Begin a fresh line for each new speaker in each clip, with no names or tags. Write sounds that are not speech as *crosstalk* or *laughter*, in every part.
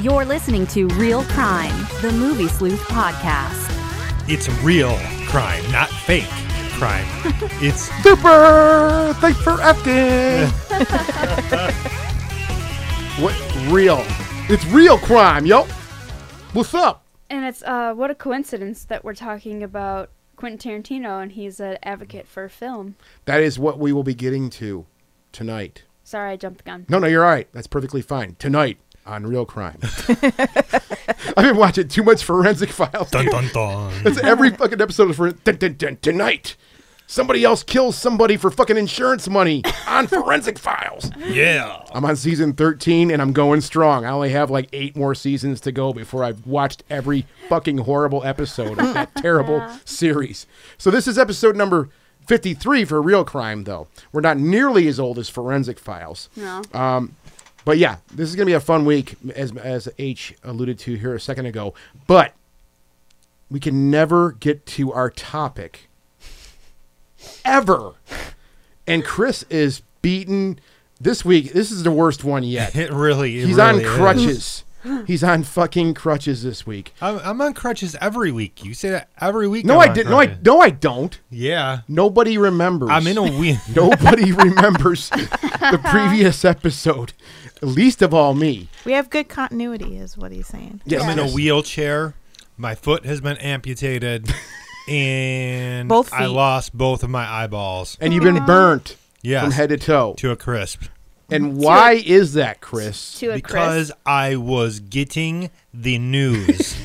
You're listening to Real Crime, the Movie Sleuth podcast.
It's real crime, not fake
*laughs*
crime. it's
Super! Thanks for asking. what real? It's real crime, yo. What's up?
And it's uh, what a coincidence that we're talking about Quentin Tarantino and he's an advocate for film.
That is what we will be getting to tonight.
Sorry, I jumped the gun.
No, no, you're all right. That's perfectly fine. Tonight on Real Crime. I've been watching too much
*laughs*
Forensic Files.
dun dun dun.
That's every fucking episode of Forensic. Dun, dun, dun, tonight, somebody else kills somebody for fucking insurance money on Forensic Files.
yeah.
I'm on season 13 and I'm going strong. I only have like eight more seasons to go before I've watched every fucking horrible episode of that terrible series. So this is episode number 53 for Real Crime, though. We're not nearly as old as Forensic Files.
No.
Um, but yeah, this is going to be a fun week, as, as H alluded to here a second ago. But we can never get to our topic ever. And Chris is beaten this week. This is the worst one
*laughs*
yet.
It really it
He's
really
on
is. *laughs*
crutches. He's on fucking crutches this week.
I'm, I'm on crutches every week. You say that every week.
No,
I'm
I
on
did. No, I
crutches.
no, I don't.
Yeah.
Nobody remembers.
I'm in a wheel.
*laughs* Nobody
*laughs*
remembers the previous episode, least of all me.
We have good continuity, is what he's saying.
Yes,
I'm in a
yes.
wheelchair. My foot has been
*laughs*
amputated, and
Both
I
feet.
lost both of my eyeballs.
and you've been burnt
Yes.
from head to toe.
to a crisp
And why is
*laughs*
that, Chris?
to a
because
Chris.
I was getting the
*laughs*
news.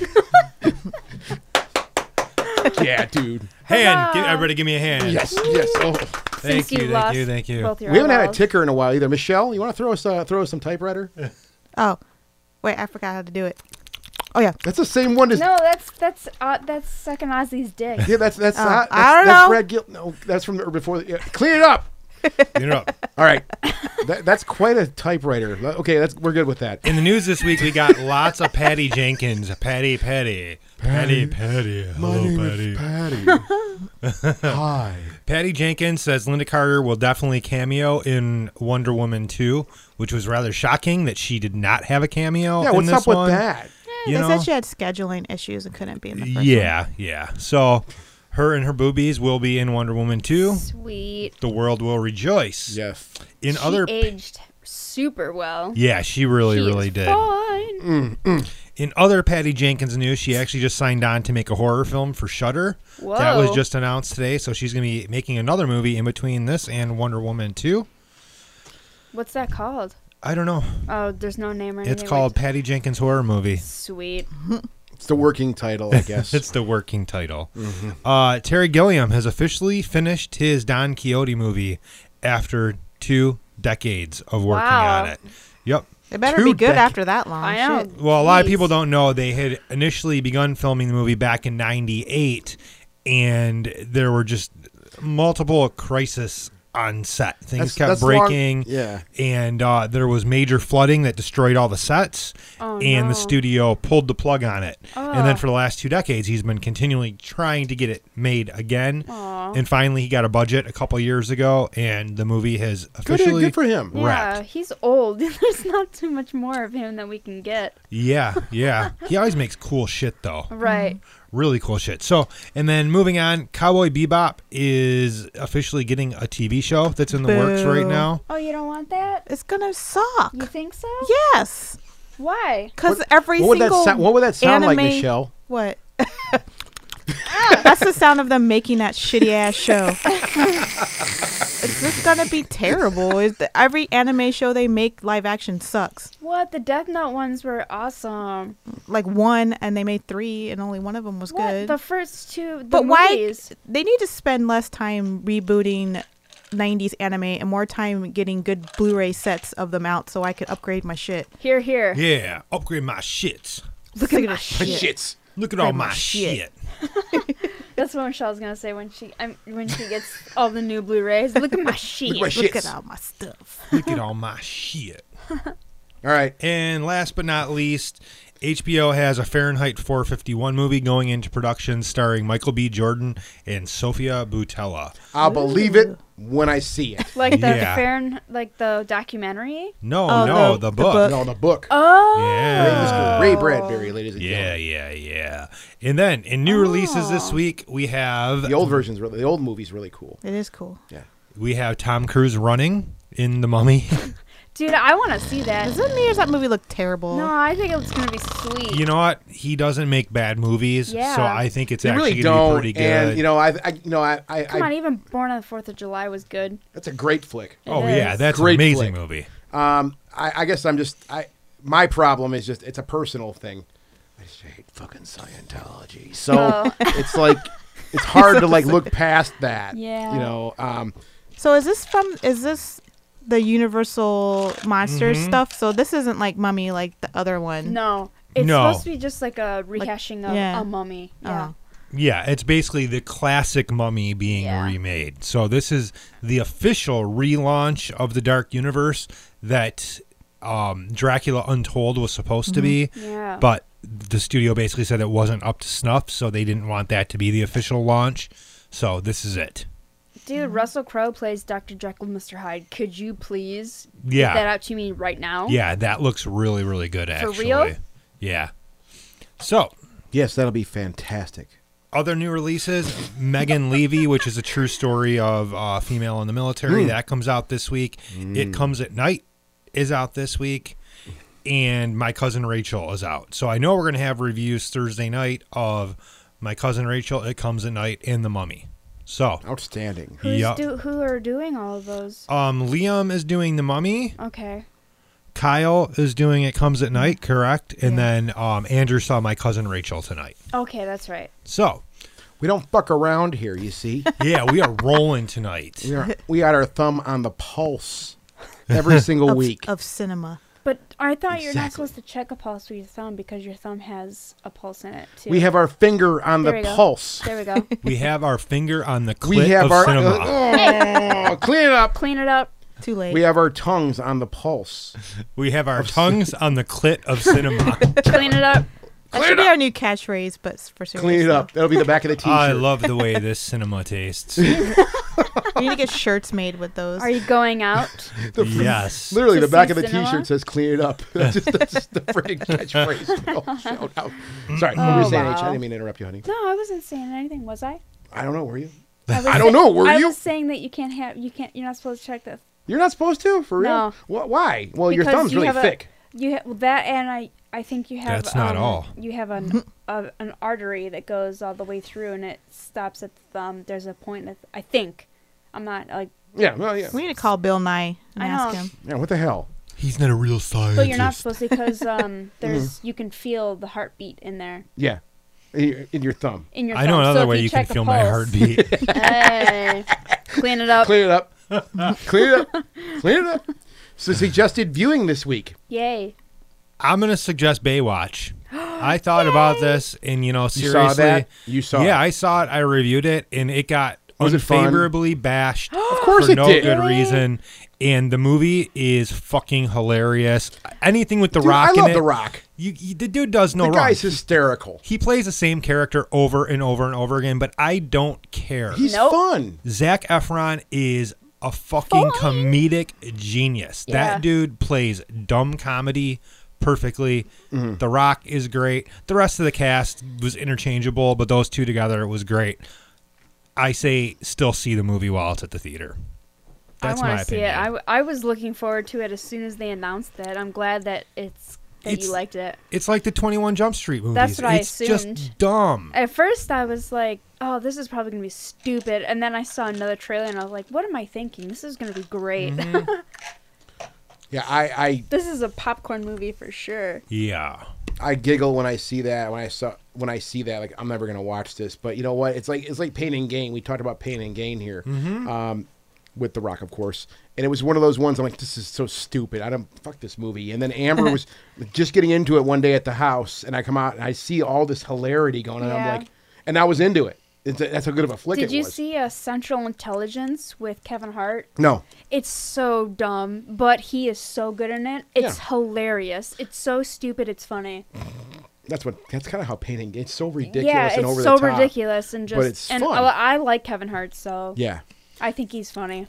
yeah, dude.
hand, give, everybody, give me a hand.
Yes, yes. Oh.
Thank
Since
you,
you,
thank
lost
you, thank you.
Both your
We haven't had a
eyeballs.
ticker in a while either. Michelle, you want to throw us uh, throw us
*laughs*
some typewriter?
Oh, wait, I forgot how to do it. Oh yeah,
That's the same one as
No, that's that's uh, that's sucking Ozzy's dick.
yeah. That's that's
Uh,
not.
I
That's,
don't
that's
know.
Brad Gil- No, that's from the- before. The, yeah. Clean it up.
You know,
All
*laughs*
right, that, that's quite a typewriter. Okay, that's we're good with that.
in the news this week, we got lots of Patty Jenkins. Patty, Patty. Patty, Patty. Hello, Patty.
Patty.
*laughs*
*laughs*
Hi.
Patty Jenkins says Linda Carter will definitely cameo in Wonder Woman 2, which was rather shocking that she did not have a cameo.
Yeah,
in
what's
this
up with
one.
that?
You
they
know?
said she had scheduling issues and couldn't be in the first
Yeah, yeah. So her and her boobies will be in Wonder Woman 2.
Sweet.
The world will rejoice.
Yes.
In
She
other.
aged super well.
yeah, she really,
She
really
is
did.
Fine.
Mm.
In other Patty Jenkins news, she actually just signed on to make a horror film for Shudder. That was
Whoa.
just announced today, so she's going to be making another movie in between this and Wonder Woman 2.
What's that called?
I don't know.
Oh, there's no name or anything.
It's
like-
called Patty Jenkins Horror Movie.
Sweet.
It's the working title, I
*laughs*
guess.
It's the working title. Uh, Terry Gilliam has officially finished his Don Quixote movie after two decades of working
Wow.
on it. Yep.
one. It better
Two
be good
dec-
after that
Oh,
long.
I know.
Shit.
Well, a lot of
Jeez.
people don't know they had initially begun filming the movie back in 98 and there were just multiple crises on set. Things
That's-
kept
that's long-
breaking.
yeah.
And uh, there was major flooding that destroyed all the sets
Oh,
and
no.
the studio pulled the plug on it. And then
Ah.
for the last two decades he's been continually trying to get it made again.
Aw.
And finally he got a budget a couple years ago and the movie has
Good,
officially
good for him.
Yeah,
wrapped.
he's old. *laughs* There's not too much more of him that we can get.
Yeah, yeah. he always makes cool shit though.
Right.
really cool shit. So, and then moving on, Cowboy Bebop is officially getting a TV show that's in the works
Boo.
right now.
Oh, you don't want that?
It's gonna suck.
You think so?
Yes,
Why?
because every
What would that
single
sound? What would that sound like,
anime-
Michelle?
What? *laughs*
Ah.
That's the sound of them making that shitty ass show.
*laughs*
it's just gonna be terrible. Is the, every anime show they make live action sucks?
What? The Death Note ones were awesome.
Like one, and they made three, and only one of them was
What?
good.
The first two. The
but why
movies.
they need to spend less time rebooting 90s anime and more time getting good blu-ray sets of them out so i could upgrade my shit
Here, here.
Yeah, upgrade my shits.
look at this
Shits.
Look at all
Upgrade
my
my shit.
shit.
That's what Michelle's gonna say when she I'm, when she gets all the new Blu-rays. Look
*laughs*
at my sheet.
Look at my
look
shits.
at all my stuff
Look at all my shit.
All right.
And last but not least, HBO has a Fahrenheit 451 movie going into production starring Michael B. Jordan and Sofia Boutella.
I'll believe it when I see it.
Like the
Yeah.
Fahren, like like the documentary.
No,
Oh,
no, the,
the- the
book.
book.
No, the book.
Oh,
Yeah.
Mr. Ray Bradbury, ladies and
Yeah,
gentlemen.
yeah, yeah. And then in
Oh.
new releases this week, we have
The old version's really, the old movie's really cool.
It is cool.
Yeah.
we have Tom Cruise running in The
*laughs*
Mummy.
dude, I want to see that.
Is it me or does that movie look terrible?
No, I think it's gonna be sweet.
you know what? He doesn't make bad movies, so
Yeah.
I think it's
They
actually
really
going to be
don't.
pretty good.
And you know, I, I you know, I, I,
Come on,
I
even Born on the Fourth of July was good.
that's a great flick.
oh
It
yeah,
is.
that's
Great
an amazing
flick.
movie.
Um, I, I guess I'm just I. My problem is just it's a personal thing. I just hate fucking Scientology. So
Oh.
*laughs* it's like it's hard to like look past that.
Yeah.
You know. Um,
So is this from? Is this the Universal monsters
Mm-hmm.
stuff? So this isn't like Mummy, like the other one.
No, it's
No.
supposed to be just like a rehashing of
yeah.
a mummy.
Oh.
Yeah.
Yeah, it's basically the classic Mummy being
Yeah.
remade. So this is the official relaunch of the Dark Universe that um, Dracula Untold was supposed to be.
Yeah.
But the studio basically said it wasn't up to snuff, so they didn't want that to be the official launch. So this is it.
Mm-hmm.
Dude, Russell Crowe plays Dr. Jekyll, Mr. Hyde. Could you please
Yeah.
get that out to me right now?
Yeah, that looks really, really good.
For
Actually,
real?
yeah. So
yes, that'll be fantastic.
other new releases
*laughs*
megan levy which is a true story of uh, female in the military that comes out this week it comes at night is out this week and my cousin rachel is out so i know we're going to have reviews thursday night of my cousin rachel it comes at night and the mummy so
Outstanding.
Who's
Yeah.
do, who are doing all of those?
um, liam is doing the mummy
Okay.
kyle is doing it comes at night correct and then um, andrew saw my cousin rachel tonight
Okay, that's right.
so
We don't fuck around here. You
*laughs*
see,
yeah we are rolling tonight
*laughs* we are we got our thumb on the pulse
*laughs*
every single
Of,
week.
of cinema.
But I thought you're
Exactly.
not supposed to check a pulse with your thumb because your thumb has a pulse in it too.
we have our finger on
There
the
we go.
pulse.
There we
*laughs*
go.
We have our finger on the clit
We have
of
our uh,
cinema.
oh, clean it up.
Clean it up.
Too late.
We have our tongues on the pulse.
we have
*laughs*
our tongues on the clit of cinema.
Clean it up.
that should be our new catchphrase, but s- for serious.
Clean it
now.
up. That'll be the back of the t-shirt.
*laughs* I love the way this cinema
*laughs*
tastes.
We need to get shirts made with those.
Are you
*laughs*
going out?
yes.
Literally,
To
the back
see
of the
cinema?
T-shirt says "Clean it up." *laughs* That's just, that's just
*laughs*
the freaking catchphrase. Oh, shout out. Sorry, you were
Oh,
saying H. I
wow.
didn't mean to interrupt you, honey.
no, I wasn't saying anything, was I?
I don't know. Were you?
*laughs*
I, was
I don't
sa-
know, were
I
you?
was saying that you can't have you can't you're not supposed to check the
You're not supposed to, for real.
No.
Wh- why? Well, Oh, your
Because
thumb's
you
really
have a-
thick.
You ha- well, that and I I think you have
That's not
um,
all.
You have an
Mm-hmm.
a, an artery that goes all the way through and it stops at the thumb. There's a point that I think I'm not like
yeah. Well, yeah.
we need to call Bill Nye and
I
ask
know.
him.
Yeah. What the hell?
He's not a real scientist.
but you're not supposed
*laughs*
to because um there's
Mm-hmm.
you can feel the heartbeat in there
Yeah. In in your thumb.
in your
I know
thumb. So
another
if
way
you,
you, can
check a
feel my
pulse- *laughs*
heartbeat.
Hey,
*laughs*
clean it up.
Clean it up. Clean it up. Clean it up. So suggested viewing this week.
Yay.
I'm gonna suggest Baywatch.
*gasps*
I thought about this, and you know,
You
seriously,
saw that? You saw
Yeah,
it.
I saw it. I reviewed it, and it got
Was it fun?
unfavorably
*gasps*
bashed. of
course
for
it
no
did.
good
Really?
reason. And the movie is fucking hilarious. Anything with the
Dude,
Rock
I
in
love
it,
The Rock.
You, you, the dude does no
the
wrong.
guy's hysterical.
He plays the same character over and over and over again, but I don't care.
He's
Nope.
fun.
Zach Efron is a fucking comedic genius.
Yeah.
That dude plays dumb comedy perfectly.
Mm-hmm.
The Rock is great. The rest of the cast was interchangeable, but those two together was great. I say still see the movie while it's at the theater. That's
I
my
want to see
opinion.
it. I, w- I was looking forward to it as soon as they announced that. I'm glad that it's that
It's-
you liked it.
it's like the 21 Jump Street movies.
That's what I
it's just
assumed.
dumb.
At first, I was like, "Oh, this is probably gonna be stupid," and then I saw another trailer, and I was like, "What am I thinking? This is gonna be great.
Mm-hmm.
Yeah, I, I
*laughs* this is a popcorn movie for sure."
Yeah.
I giggle when I see that when I saw when I see that like I'm never gonna watch this but you know what it's like it's like pain and gain we talked about pain and gain here
Mm-hmm.
um, with The Rock of course and it was one of those ones I'm like this is so stupid I don't fuck this movie and then
*laughs*
Amber was just getting into it one day at the house and I come out and I see all this hilarity going on I'm
Yeah.
like and I was into it It's a, that's how good of a flick
Did
it
you
was.
see uh, Central Intelligence with Kevin Hart?
no.
It's so dumb, but he is so good in it. It's
Yeah.
hilarious. It's so stupid. It's funny.
That's what. That's kind of how painting. It's so ridiculous
Yeah,
and
it's
over
so
the top.
ridiculous and just.
it's
and
fun.
oh, I like Kevin Hart, so
Yeah.
I think he's funny.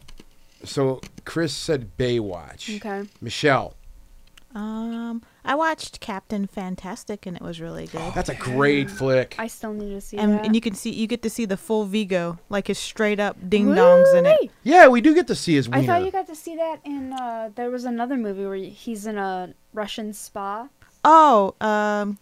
So Chris said Baywatch.
Okay.
Michelle,
Um, I watched Captain Fantastic and it was really
Oh,
good.
that's a great flick.
I still need to see
and,
that.
and you can see you get to see the full Vigo, like his straight up ding dongs in it.
Woo-wee!
yeah, we do get to see his wiener.
I thought you got to see that in. Uh, there was another movie where he's in a Russian spa.
Oh, um,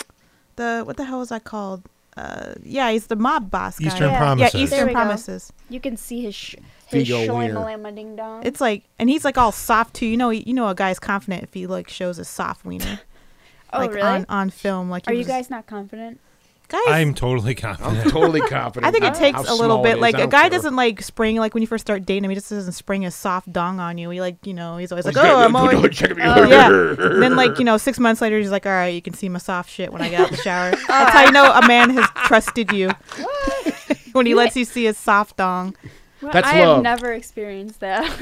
the what the hell was I called? Uh, yeah, he's the mob boss. Guy.
Eastern
yeah.
Promises.
Yeah,
There
Eastern
we go.
Promises.
You can see his sh- his
Vigo
showing
Weir.
ding dong.
It's like, and he's like all soft too. You know, you know, a guy's confident if he like shows a soft wiener,
*laughs* oh
like
really?
on on film. Like, he
Are you
was-
guys not confident?
guys?
I'm totally
*laughs*
confident.
I'm totally confident.
I think
Oh.
it
How
takes a little
small it
bit.
is,
Like
I
a
don't
guy
care.
doesn't like spring like when you first start dating him. He just doesn't spring a soft dong on you. He like you know he's always like,
He's gotta *laughs*
oh,
go-
I'm
go-
always
go check me out.
yeah. then like you know six months later he's like, all right, you can see my soft shit when I get out
*laughs*
the shower. That's how you know a man has trusted you *laughs* when he lets you see his soft dong.
Well,
That's
I
love.
have never experienced that.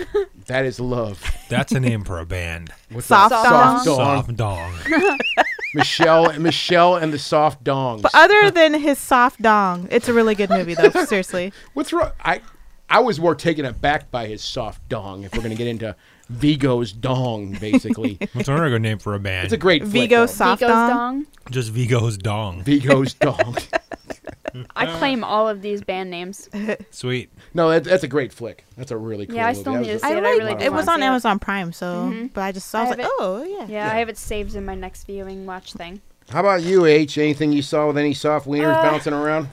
That is love.
That's a name for a band.
What's
Soft
that?
dong.
Soft dong.
Soft
*laughs*
dong.
Michelle, Michelle, and the soft dongs.
But uh, other than his soft dong, it's a really good movie though.
*laughs*
Seriously,
What's wrong? I, I was more taken aback by his soft dong. If we're gonna get into Vigo's dong,
*laughs*
basically,
What's another good name for a band?
it's a great flick,
Vigo
though.
*laughs* soft
Vigo's
dong.
dong.
Just Vigo's dong.
Vigo's dong. *laughs*
I claim all of these band
*laughs*
names.
Sweet.
No, that, that's a great flick. That's a really cool.
Yeah, I
movie.
still
That
need
was
to
a-
see it.
I
I
like
really
it
wanna
was on
see it. Mm-hmm.
Amazon Prime, so but I just saw. I
I
was
have
like,
it.
oh yeah.
Yeah, I have it saved in my next viewing watch thing.
How about you, H? Anything you saw with any soft wieners
Uh,
bouncing around?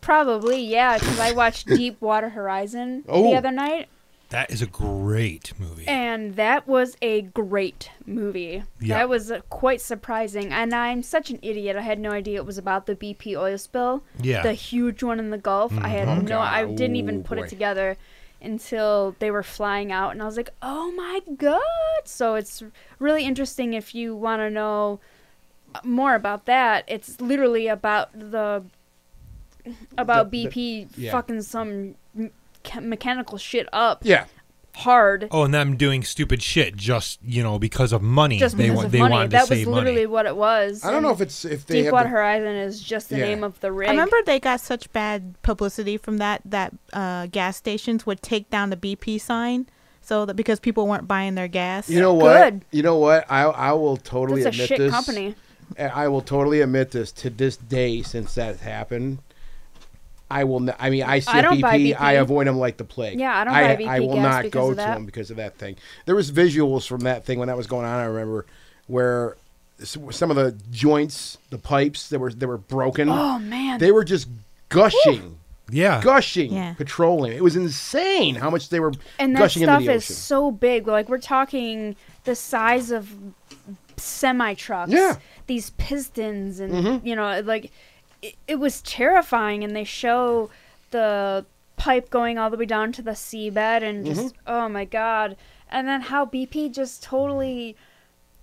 Probably, yeah, because I watched
*laughs*
Deep Water Horizon
Oh.
the other night,
That is a great movie.
and that was a great movie.
Yeah.
That was uh, quite surprising, and I'm such an idiot. I had no idea it was about the BP oil spill,
Yeah. Mm-hmm.
the huge one in the Gulf. I had no, I
God.
didn't
Ooh,
even put
Oh, boy.
it together until they were flying out, and I was like, oh my god! So it's really interesting if you want to know uh, more about that. It's literally about the about
The- the-
BP
yeah.
fucking some m- che- mechanical shit up
Yeah.
hard.
Oh, and them doing stupid shit just you know because of money.
Just
they
because
wa-
of
they
money.
wanted to
that was
save
literally
money.
what it was.
I don't
and
know if it's if they have.
Deepwater
the-
Horizon is just the
Yeah.
name of the rig.
I remember they got such bad publicity from that that uh, gas stations would take down the BP sign, so that because people weren't buying their gas.
You know what?
Good.
You know what? I I will totally
That's a
admit
shit
this.
company.
and I will totally admit this to this day since that happened. I will. N- I mean, I see
I
a
don't buy
BP, I
BP.
avoid them like the plague.
Yeah, I don't buy
I
BP
will
gas
not
because
go
of
to
that.
them because of that thing. There was visuals from that thing when that was going on. I remember where s- some of the joints, the pipes that were they were broken.
Oh, man.
they were just gushing.
yeah.
Gushing
Yeah.
petroleum. It was insane how much they were
and that
gushing
stuff
into the
is
ocean.
so big. Like we're talking the size of semi trucks.
Yeah. Mm-hmm.
These pistons and you know, like it, it was terrifying. And they show the pipe going all the way down to the seabed, and just
Mm-hmm.
oh my god. And then how BP just totally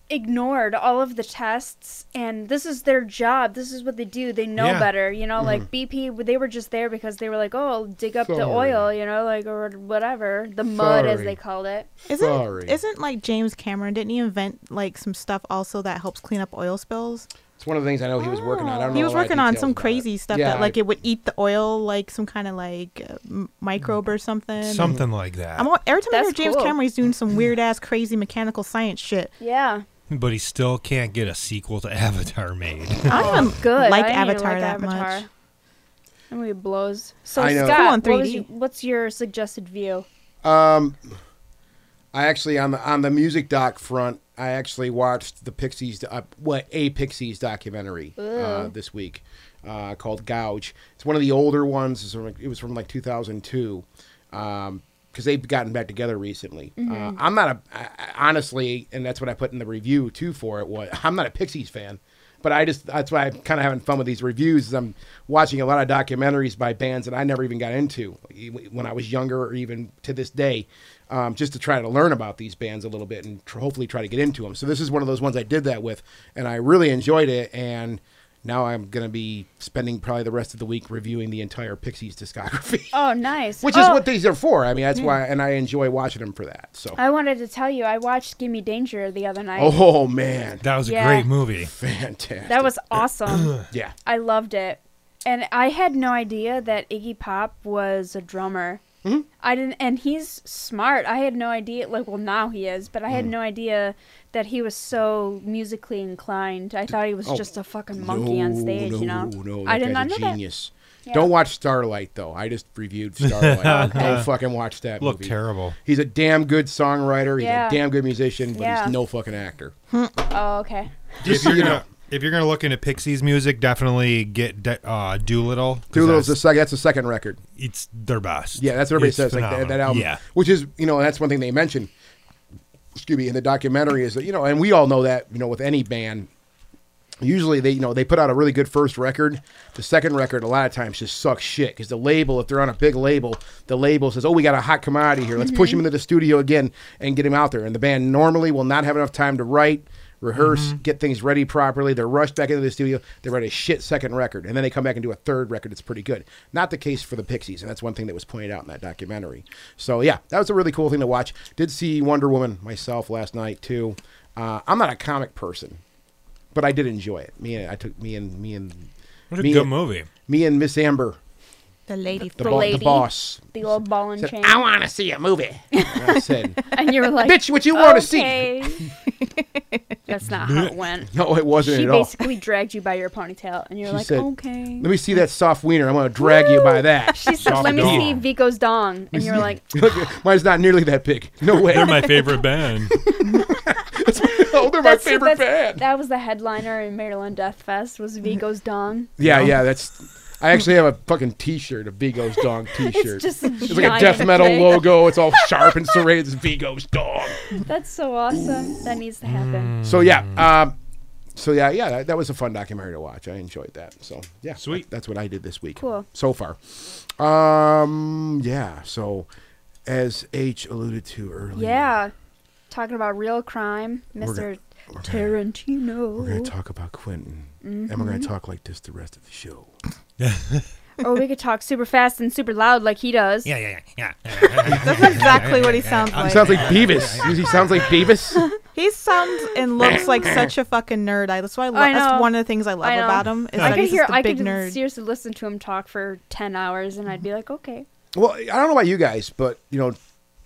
ignored all of the tests and this is their job this is what they do they know
Yeah.
better you know
Mm-hmm.
like bp they were just there because they were like oh dig up the
Sorry.
oil you know like or whatever the mud as
Sorry.
they called it
Isn't
Sorry.
isn't like James Cameron? Didn't he invent like some stuff also that helps clean up oil spills?
it's one of the things I know he was working on. I don't know
He was
a lot of
working on
details
some
about it.
crazy stuff
Yeah,
that like
I-
it would eat the oil, like some kind of like uh, m- microbe or something.
Something like that.
I'm, al- every time I
That's
hear James
cool.
Cameron, he's
*clears throat*
doing some weird ass, crazy mechanical science shit.
yeah
but he still can't get a sequel to *laughs* Avatar made.
I don't even
good
like
I didn't even
Avatar
like
that
Avatar.
much.
that movie blows so
I know.
scott
Cool on
what was
3D.
your- what's your suggested view
Um, I actually on the on the music doc front, I actually watched the Pixies, uh, what a Pixies documentary uh, this week uh, called Gouge. It's one of the older ones. It's from, like- It was from like 2002. Um, because they've gotten back together recently. Uh, I'm not a I, I- honestly, and that's what I put in the review too for it. Was I'm not a Pixies fan, but I just that's why I'm kind of having fun with these reviews. Is I'm watching a lot of documentaries by bands that I never even got into e, when I was younger, or even to this day, um, just to try to learn about these bands a little bit and tr- hopefully try to get into them. So this is one of those ones I did that with, and I really enjoyed it. And Now I'm gonna be spending probably the rest of the week reviewing the entire Pixies discography, *laughs*
Oh, nice.
which is
Oh, Mm-hmm.
what these are for. I mean, that's why, and I enjoy watching them for that. So,
I wanted to tell you. I watched Gimme Danger the other night.
oh man,
That was
Yeah.
a great movie.
fantastic!
That was
*clears throat*
awesome.
yeah.
I loved it. And I had no idea that Iggy Pop was a drummer.
Mm-hmm.
I didn't, and he's smart. I had no idea. Like, well, now he is, but I
Mm-hmm.
had no idea that he was so musically inclined. I thought he was
Oh,
just a fucking monkey on stage.
no,
you know,
No, that
I did not
guy's
know
a genius.
Yeah.
Don't watch Starlight though. I just reviewed
*laughs*
Starlight.
Uh-huh.
Don't fucking watch that.
Looked
movie.
terrible.
He's a damn good songwriter. He's
Yeah.
a damn good musician, but
Yeah.
he's no fucking actor.
that. Oh, okay.
If
so
you're
you
gonna
know.
if you're gonna look into Pixies music, definitely get De- uh, Doolittle. 'cause
Doolittle's the
that's-
second. That's the second record.
it's their best.
Yeah, that's what everybody
It's
says. Like that,
phenomenal.
that album.
Yeah,
Which is, you know, that's one thing they mention. Excuse me, in the documentary is that you know, and we all know that you know with any band. Usually they you know they put out a really good first record. The second record a lot of times just sucks shit because the label if they're on a big label the label says oh we got a hot commodity here let's push him into the studio again and get him out there and the band normally will not have enough time to write rehearse get things ready properly they're rushed back into the studio they write a shit second record and then they come back and do a third record that's pretty good not the case for the Pixies and that's one thing that was pointed out in that documentary so yeah that was a really cool thing to watch did see Wonder Woman myself last night too uh, I'm not a comic person but I did enjoy it. Me and I took me and me and
what a
me
good
and,
movie. *laughs*
Me and Miss Amber,
The lady.
the,
The
bo- the
lady.
boss,
The old ball and
said,
chain.
"I want to see a
*laughs*
movie." And I said, *laughs*
And you were like,
"Bitch, what you want to see?"
okay.
*laughs*
That's not how it went.
No, it wasn't
She
at all.
basically dragged you by your ponytail, and you're
She
like,
said,
okay.
Let me see that soft wiener. I'm going to drag you by that. *laughs*
*laughs* She said, let me
dong.
see Vico's dong. And you're like,
Mine's not nearly that big. No
*laughs*
way.
They're my favorite band.
oh, *laughs* they're my
That's-
favorite
that's-
band.
That was the headliner in Maryland Death Fest
Mm-hmm.
was Vigo's dong.
yeah, yeah. That's. I actually have a fucking T-shirt, a Vigo's dog T-shirt.
*laughs* It's just a
It's like a death metal logo.
*laughs*
It's all sharp and serrated. It's Vigo's dog.
That's so awesome. That needs to happen.
So yeah, um, so yeah, yeah, that, that was a fun documentary to watch. I enjoyed that. So yeah,
Sweet.
that- that's what I did this week.
Cool.
So far, um, yeah. So as H alluded to earlier,
Yeah. Talking about real
Mm.
crime,
We're
mister
we're gonna- we're gonna
Tarantino.
talk about Quentin, and we're gonna
Mm-hmm.
talk like this the rest of the show.
or we could talk super fast and super loud like he does.
Yeah, yeah, yeah, yeah.
That's exactly what he sounds
He
like.
sounds like
*laughs*
Beavis. He sounds like Beavis.
He sounds and looks like such a fucking nerd. I, that's why I love.
I know.
That's one of the things I love
I know.
about him is
I
that
could
he's
hear,
just a
I
big
could
nerd.
seriously listen to him talk for 10 hours, and I'd be like, okay.
Well, I don't know about you guys, but you know,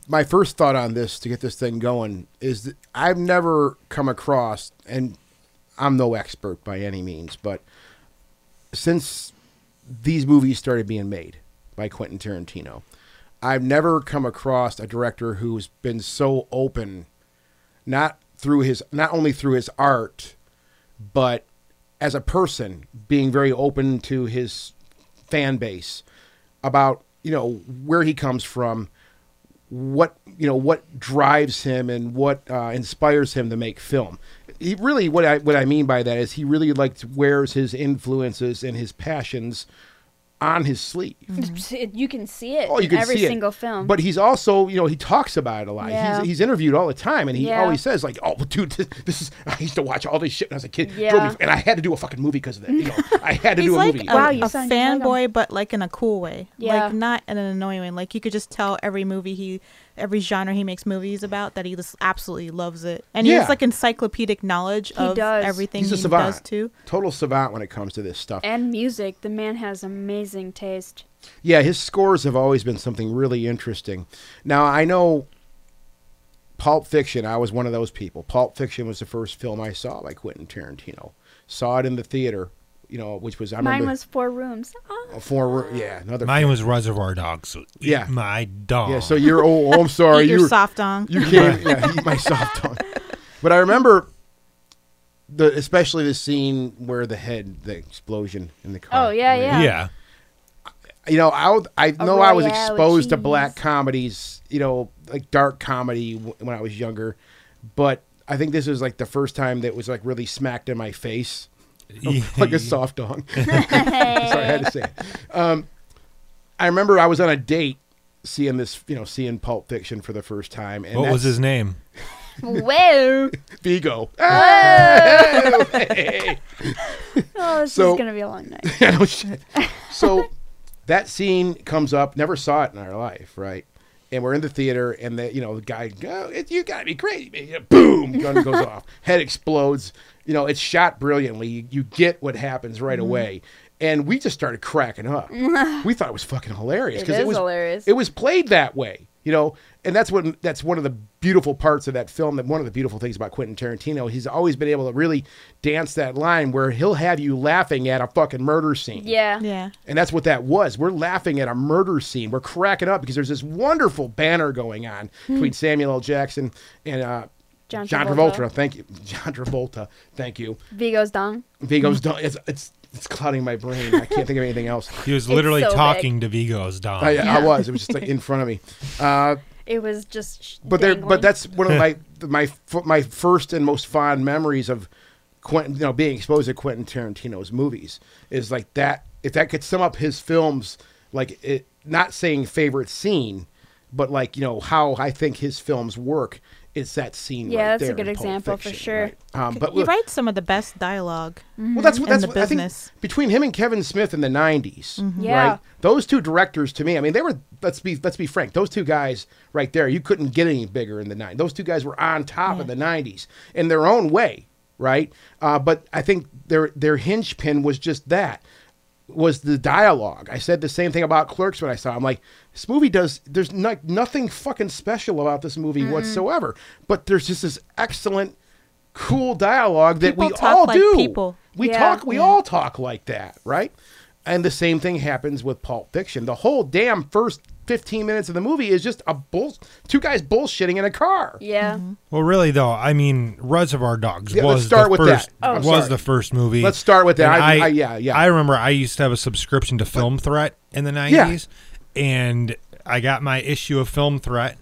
my first thought on this to get this thing going is that I've never come across, and I'm no expert by any means, but since these movies started being made by Quentin Tarantino, I've never come across a director who's been so open, not through his, not only through his art, but as a person being very open to his fan base about you know where he comes from what you know what drives him and what uh, inspires him to make film he really what i what i mean by that is he really like wears his influences and his passions on his sleeve
It- You can see it
Mm-hmm. Oh, you
in
can
every
see it.
single film.
But he's also, you know, he talks about it a lot.
Yeah.
He's, he's interviewed all the time, and he
Yeah.
always says like, "Oh, *laughs* well, dude, this, this is." I used to watch all this shit when I was a kid,
Yeah.
Drove me- and I had to do a fucking movie because of that. You
*laughs*
know, I had to
He's
do a
like
movie.
a,
Wow, you
a
sound just like
fanboy, but like in a cool way.
Yeah.
Like not in an annoying way. Like you could just tell every movie he, every genre he makes movies about that he just absolutely loves it, and he
Yeah.
has like encyclopedic knowledge of
does.
everything
he's
he
a savant,
does too.
total savant when it comes to this stuff.
and music, the man has amazing taste.
yeah, his scores have always been something really interesting. Now I know Pulp Fiction, I was one of those people. Pulp Fiction was the first film I saw by Quentin Tarantino. Saw it in the theater, you know, which was I
Mine
remember
was four
*laughs*
rooms. Ah.
a four, yeah, another
Mine was Reservoir Dogs. Eat
Yeah.
my dog.
Yeah, so you're oh, oh, I'm
*laughs*
sorry,
Eat
you
your
were-
soft dong.
you came yeah, eat my soft tongue. But I remember the especially the scene where the head the explosion in the car.
Oh, yeah, yeah.
yeah.
You know, I would- I know I was
Arroyo with
exposed to
cheese.
black comedies, you know, like dark comedy w- when I was younger, but I think this was like the first time that was like really smacked in my face. *laughs* like a soft dong.
*laughs*
Sorry, I had to say. It. Um, I remember I was on a date seeing this, you know, seeing Pulp Fiction for the first time. And
What was
that's-
his name?
Whoa.
Vigo. *laughs*
Oh, this
So-
is gonna be a long night.
*laughs* Yeah, no shit.
*laughs*
So that scene comes up. Never saw it in our life, right? And we're in the theater, and the you know the guy, oh, it, you gotta be crazy! man." Yeah, Boom, gun
*laughs*
goes off, head explodes. You know it's shot brilliantly. You, you get what happens
Mm-hmm.
right away, and we just started cracking
*laughs*
up. we thought it was fucking hilarious
It
it
is
was
hilarious.
It was played that way, you know, and that's what that's one of the beautiful parts of that film. That one of the beautiful things about Quentin Tarantino, he's always been able to really dance that line where he'll have you laughing at a fucking murder scene.
Yeah.
Yeah.
And that's what that was. We're laughing at a murder scene. We're cracking up because there's this wonderful banner going on between Samuel L. Jackson and uh,
Hmm. John
Travolta.
Travolta.
Thank you, *laughs* John Travolta. Thank you.
Vigo's dong. *laughs*
Vigo's done. It's it's it's clouding my brain. I can't think of anything else.
He was literally
so big.
talking to Vigo's Dom.
I, uh, I was. It was just like in front of me.
It was just. sh-
but there,
dangling.
but that's one of my my f- my first and most fond memories of Quentin, you know, being exposed to Quentin Tarantino's movies is like that. If that could sum up his films, like it, not saying favorite scene, but like you know how I think his films work, it's that scene.
Yeah,
right
that's a
there
good
in Pulp
example for
Fiction,
sure.
right? Um, but
He
look-
writes some of the best dialogue.
Mm-hmm.
well, that's what
Mm-hmm.
that's
and the
what I think
business. Mm-hmm.
between him and Kevin Smith in the '90s,
Yeah.
right? Those two directors, to me, I mean, they were let's be let's be frank, those two guys right there, you couldn't get any bigger in the '90s. Those two guys were on top of the '90s in their own way, right? Uh, but I think their their hinge pin was just that was the dialogue. I said the same thing about Clerks when I saw. It. I'm like, this movie does. There's not nothing fucking special about this movie whatsoever. But there's just this excellent, cool dialogue that we
People talk
all
like
do.
people.
We
Yeah.
talk. We all talk like that, right? And the same thing happens with Pulp Fiction. The whole damn first 15 minutes of the movie is just a bull. Two guys bullshitting in a car.
Yeah.
Well, really though, I mean, Reservoir Dogs
Yeah,
was
let's start
the
with
first,
that. I'm
was
sorry.
the first movie.
Let's start with that.
And
I- I- yeah, yeah.
I remember I used to have a subscription to Film Threat in the nineties, and I got my issue of Film Threat,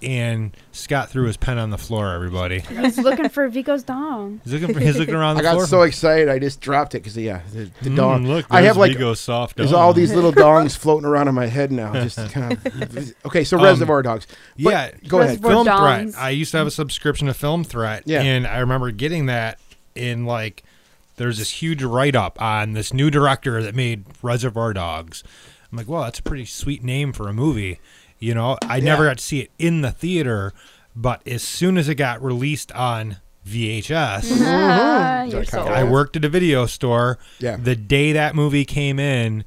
and Scott threw his pen on the floor. Everybody,
He's *laughs* looking for Vigo's dong.
he's looking, he's looking around the
*laughs* I got
floor.
so excited I just dropped it because yeah, the, the
Mm,
dong.
Look,
I have like
Vigo soft.
There's
dong.
all these *laughs* little dongs floating around in my head now. Just kind *laughs* of okay. So Reservoir Dogs. But
yeah,
go ahead.
Reservoir-
Film
Dongs.
Threat. I used to have a subscription to Film Threat,
Yeah.
and I remember getting that in like there's this huge write up on this new director that made Reservoir Dogs. I'm like, well, that's a pretty sweet name for a movie. You know, I never
Yeah.
got to see it in the theater, but as soon as it got released on VHS,
Ah,
Mm-hmm.
you're so
Kinda
I
old.
worked at a video store.
Yeah.
The day that movie came in,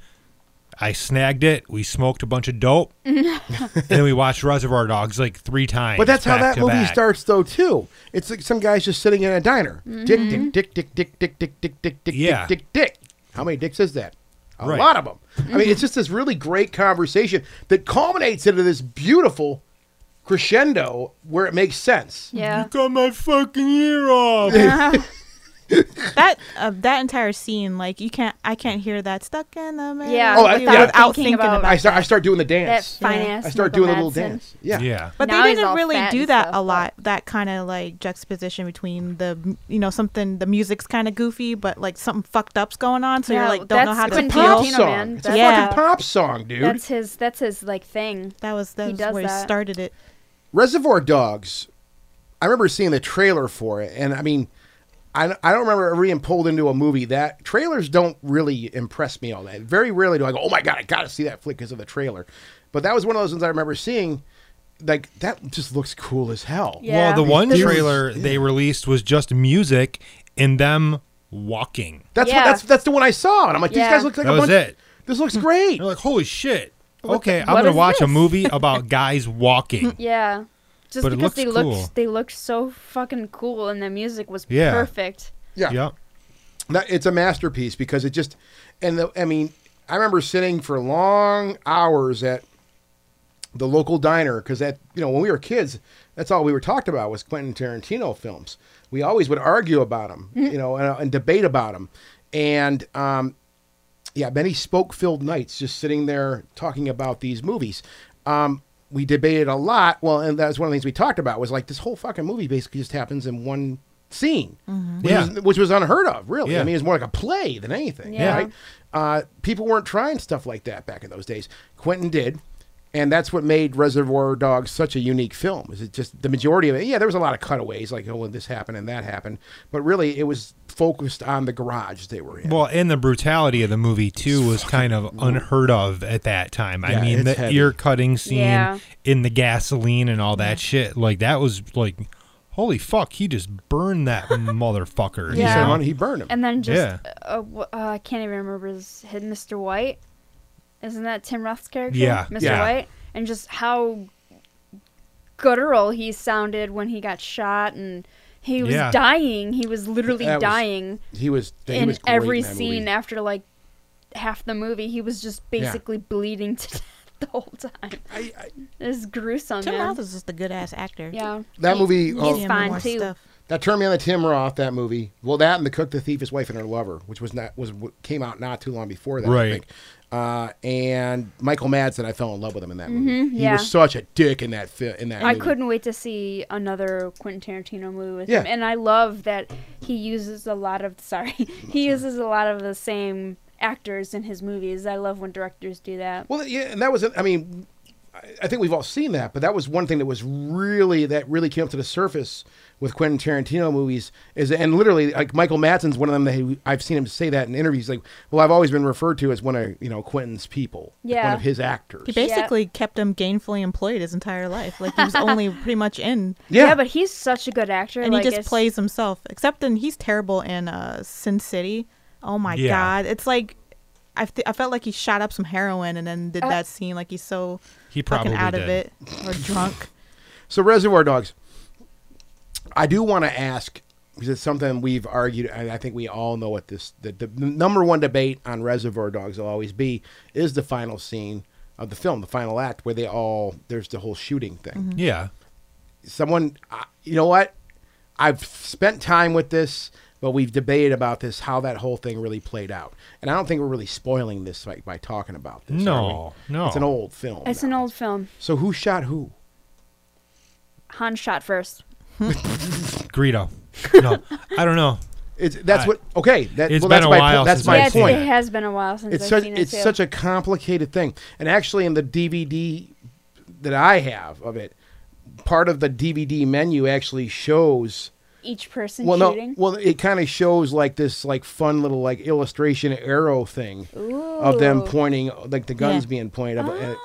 I snagged it. We smoked a bunch of
*laughs*
dope, and then we watched Reservoir Dogs like three times.
But that's how
back
that
to
movie
back.
starts, though. Too. It's like some guys just sitting in a diner.
Mm-hmm.
Dick, dick, dick, dick, dick, dick, dick, dick, dick, dick,
Yeah.
dick, dick, dick. How many dicks is that? A
Right.
lot of them. I
Mm-hmm.
mean, it's just this really great conversation that culminates into this beautiful crescendo where it makes sense.
Yeah.
Cut my fucking ear off.
That uh, that entire scene, like you can't, I can't hear that stuck in the middle
Yeah,
of
Oh, I-
you
yeah.
without
thinking
thinking
about-
about.
I start. I start doing the
That
dance.
fine
Yeah.
ass.
I start doing a
Michael
little
Madsen.
dance. Yeah.
Yeah.
But
Now
they
he's
didn't
all
really
fat
do
and
that
stuff,
a
but-
lot. That kind of like juxtaposition between the, you know, something the music's kind of goofy, but like something fucked up's going on, so
Yeah,
you're like don't know
that's
how to
Quentin
feel.
Pop
Tarantino,
song.
man.
It's a
That's-
fucking pop song, dude.
That's his. That's his like thing.
That was that
He
was
does
where
that.
he started it.
Reservoir Dogs. I remember seeing the trailer for it, and I mean, I, I don't remember ever being pulled into a movie that trailers don't really impress me all that. Very rarely do I go, "Oh my god, I gotta see that flick because of the trailer." But that was one of those ones I remember seeing. Like that just looks cool as hell.
Yeah.
Well, the one
Huge.
trailer they released was just music and them walking.
That's
Yeah.
what, that's that's the one I saw, and I'm like,
Yeah.
these guys look like
That
a
was
bunch.
it.
This looks great.
You're like, holy shit. Okay, I'm
what
gonna
is
watch a
this?
movie
*laughs*
about guys walking.
Yeah. Just
But it
because
looks
they
cool.
looked they looked so fucking cool and the music was
*laughs* Yeah.
perfect.
yeah,
yep.
No, it's a masterpiece because it just and the, I mean I remember sitting for long hours at the local diner because that you know when we were kids that's all we were talked about was Quentin Tarantino films. We always would argue about them, you know, and, uh, and debate about them, and um, yeah, many spoke-filled nights just sitting there talking about these movies. Um, we debated a lot. Well, and that was one of the things we talked about was like this whole fucking movie basically just happens in one scene, which,
Yeah.
was, which was unheard of, really. I
Yeah.
mean, it's more like a play than anything,
Yeah.
right? Uh, people weren't trying stuff like that back in those days. Quentin did. and that's what made Reservoir Dogs such a unique film. Is it just the majority of it? Yeah, there was a lot of cutaways, like oh, well, this happened and that happened, but really it was focused on the garage they were in.
Well, and the brutality of the movie too was kind of unheard of at that time.
Yeah,
I mean,
it's
the
heavy.
ear cutting scene
Yeah.
in the gasoline and all that shit, like that was like, holy fuck, he just burned
*laughs*
that motherfucker.
He
Yeah.
said,
you know?
"Well, he burned him.
And then just
Yeah.
uh, w- uh, I can't even remember his, his Mr. White. Isn't that Tim Roth's character?
Yeah.
Mr.
Yeah.
White, and just how guttural he sounded when he got shot, and he was
Yeah.
dying. He was literally
That was-
dying
he was he
in
was great
every
in that movie.
scene after like half the movie. He was just basically bleeding to *laughs* death the whole time.
I- I-
It was gruesome.
Tim
man.
Roth is just a good ass actor.
Yeah.
That movie,
He's
uh,
Give him
fine
more
too.
stuff.
That turned me on the Tim Roth that movie. Well, that and the Cook, the Thief, His Wife, and Her Lover, which was not was what came out not too long before that. I
Right.
think. Uh, and Michael Madsen, I fell in love with him in that movie. He
Mm-hmm, yeah.
was such a dick in that fi- in that.
I
movie.
couldn't wait to see another Quentin Tarantino movie with him,
Yeah.
and I love that he uses a lot of *laughs* sorry, he uses a lot of the same actors in his movies. I love when directors do that.
Well, yeah, and that was. I mean, I- I think we've all seen that, but that was one thing that was really that really came up to the surface with Quentin Tarantino movies is, and literally like Michael Madsen's one of them that he, I've seen him say that in interviews. Like, well, I've always been referred to as one of you know Quentin's people, like one
Yeah.
of his actors.
He basically kept him gainfully employed his entire life. Like he was
*laughs*
only pretty much in,
yeah,
but he's such a good actor.
and
like,
he just
it's-
plays himself. Except in he's terrible in uh, Sin City. Oh my
Yeah.
god, it's like I, th- I felt like he shot up some heroin and then
Uh,
did that scene. Like he's so
He
fucking
probably
out of
did.
it
*laughs*
or drunk.
So Reservoir Dogs. I do want to ask because it's something we've argued, and I think we all know what this the, the number one debate on Reservoir Dogs will always be is the final scene of the film, the final act where they all there's the whole shooting thing.
Mm-hmm.
Yeah.
Someone, I- you know what? I've spent time with this, but we've debated about this how that whole thing really played out, and I don't think we're really spoiling this like, by talking about this. are
No,
we?
no.
it's an old film.
It's
now.
an old film.
So who shot who?
Han shot first.
Greedo.
*laughs*
No, I don't know.
It's that's
I-
what okay. That,
It's
well,
been
that's
a
my
while
po- that's
since
my
yeah,
I've
it's,
seen
point.
it has been a while since
It's
I've
such
seen it
it's
too.
such a complicated thing, and actually in the DVD that I have of it, part of the DVD menu actually shows.
each person
Well,
shooting.
no, well, it kind of shows like this like fun little like illustration arrow thing of them
Ooh. Oh.
pointing like the guns
Yeah.
being pointed up uh,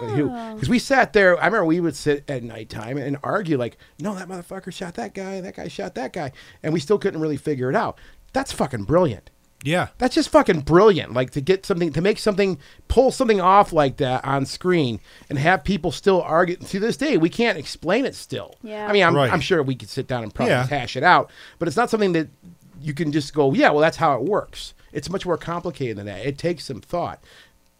because we sat there. I remember we would sit at nighttime and argue like, no, that motherfucker shot that guy, that guy shot that guy, and we still couldn't really figure it out. That's fucking brilliant.
Yeah.
That's just fucking brilliant. Like to get something, to make something, pull something off like that on screen and have people still argue. To this day, we can't explain it still.
Yeah.
I mean, I'm,
Right.
I'm sure we could sit down and probably
Yeah.
hash it out, but it's not something that you can just go, yeah, well, that's how it works. It's much more complicated than that. It takes some thought.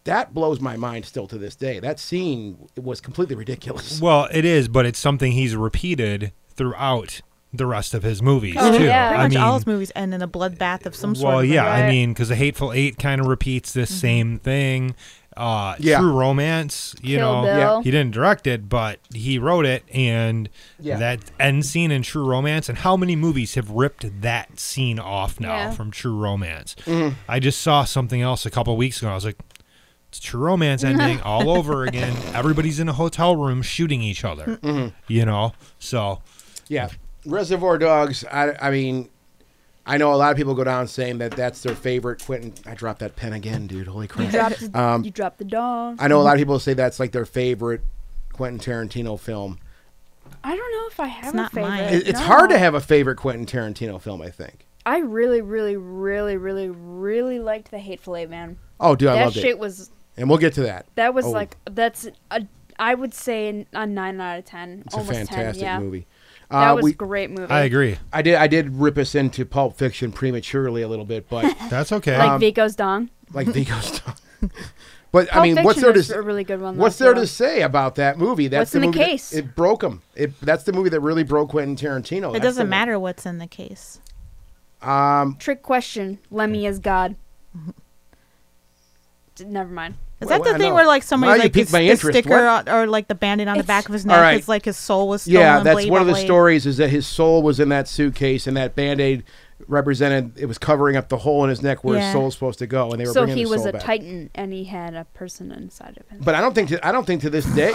That blows my mind still to this day. That scene was completely ridiculous.
Well, it is, but it's something he's repeated throughout the rest of his movies
Oh,
too.
yeah.
Pretty
I
much
mean,
all his movies end in a bloodbath of some sort.
well,
of
yeah, I
Right.
mean, because the Hateful Eight kind of repeats this
Mm-hmm.
same thing. Uh,
Yeah.
True Romance, you
Kill
know,
Bill. Yeah.
he didn't direct it, but he wrote it, and
Yeah.
that end scene in True Romance. And how many movies have ripped that scene off now
Yeah.
from True Romance?
Mm-hmm.
I just saw something else a couple weeks ago. I was like, it's True
*laughs*
Romance ending all over again. Everybody's in a hotel room shooting each other,
Mm-hmm.
you know. So
Yeah, Reservoir Dogs. I, I mean, I know a lot of people go down saying that that's their favorite. Quentin, I dropped that pen again, dude. Holy crap!
you
*laughs*
dropped the, you dropped the dog.
Um, I know a lot of people say that's like their favorite Quentin Tarantino film.
I don't know if I have
not
a favorite.
mine.
It, it's
No.
hard to have a favorite Quentin Tarantino film, I think.
I really, really, really, really, really liked the Hateful Eight, man.
Oh, dude, I
that
loved
shit
it.
was
And we'll get to that.
That was
Oh,
like that's a, I would say a nine out of ten.
it's a
almost
fantastic
10, yeah.
movie.
That
Uh,
was
we-
a great movie.
I agree.
I did. I did rip us into Pulp Fiction prematurely a little bit, but
*laughs*
That's okay.
Um,
Like Vico's dong.
like Vigo's. *laughs* But I
Pulp
mean, what's
Fiction
there
is
to
a really good one, though,
What's there
too.
to say about that movie? That's
What's in the
movie that-
case?
it broke him. It, that's the movie that really broke Quentin Tarantino.
It
That's the
doesn't
one.
matter what's in the case.
Trick question. Lemmy is God. D- Never mind.
Is
Well,
that the
I
thing
know.
where like
Now
somebody
you
like
piqued
his,
my
his
interest.
sticker
What?
on, or like the bandit on the back of his
All
neck
right.
is like his soul was stolen?
Yeah, that's
blee,
one
blah,
of the
blee.
stories is that his soul was in that suitcase and that band aid represented it was covering up the hole in his neck where his
Yeah.
soul's supposed to go, and they were
So
bringing
he
his
was
soul
a
back.
titan, and he had a person inside of him.
*laughs* But I don't think to, I don't think to this
*laughs*
day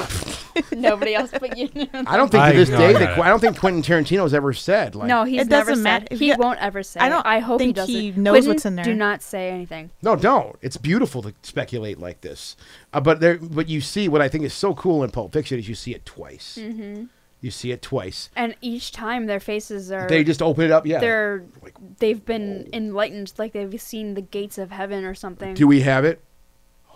Nobody else but *laughs* you.
I don't think
I-
to this
no, I
day
got
that
it.
I don't think Quentin Tarantino's ever said like
no, he's
It
never
doesn't
said.
matter.
He
Yeah.
won't ever say.
I
it.
don't
I hope he
think
doesn't.
he knows what's
Quentin,
in
Do
there.
not say anything.
No, don't. It's beautiful to speculate like this. Uh, but there, but you see what I think is so cool in Pulp Fiction is you see it twice. Mm-hmm. You see it twice.
And each time their faces are
They just open it up. Yeah.
they're they've been enlightened, like they've seen the gates of heaven or something.
Do we have it?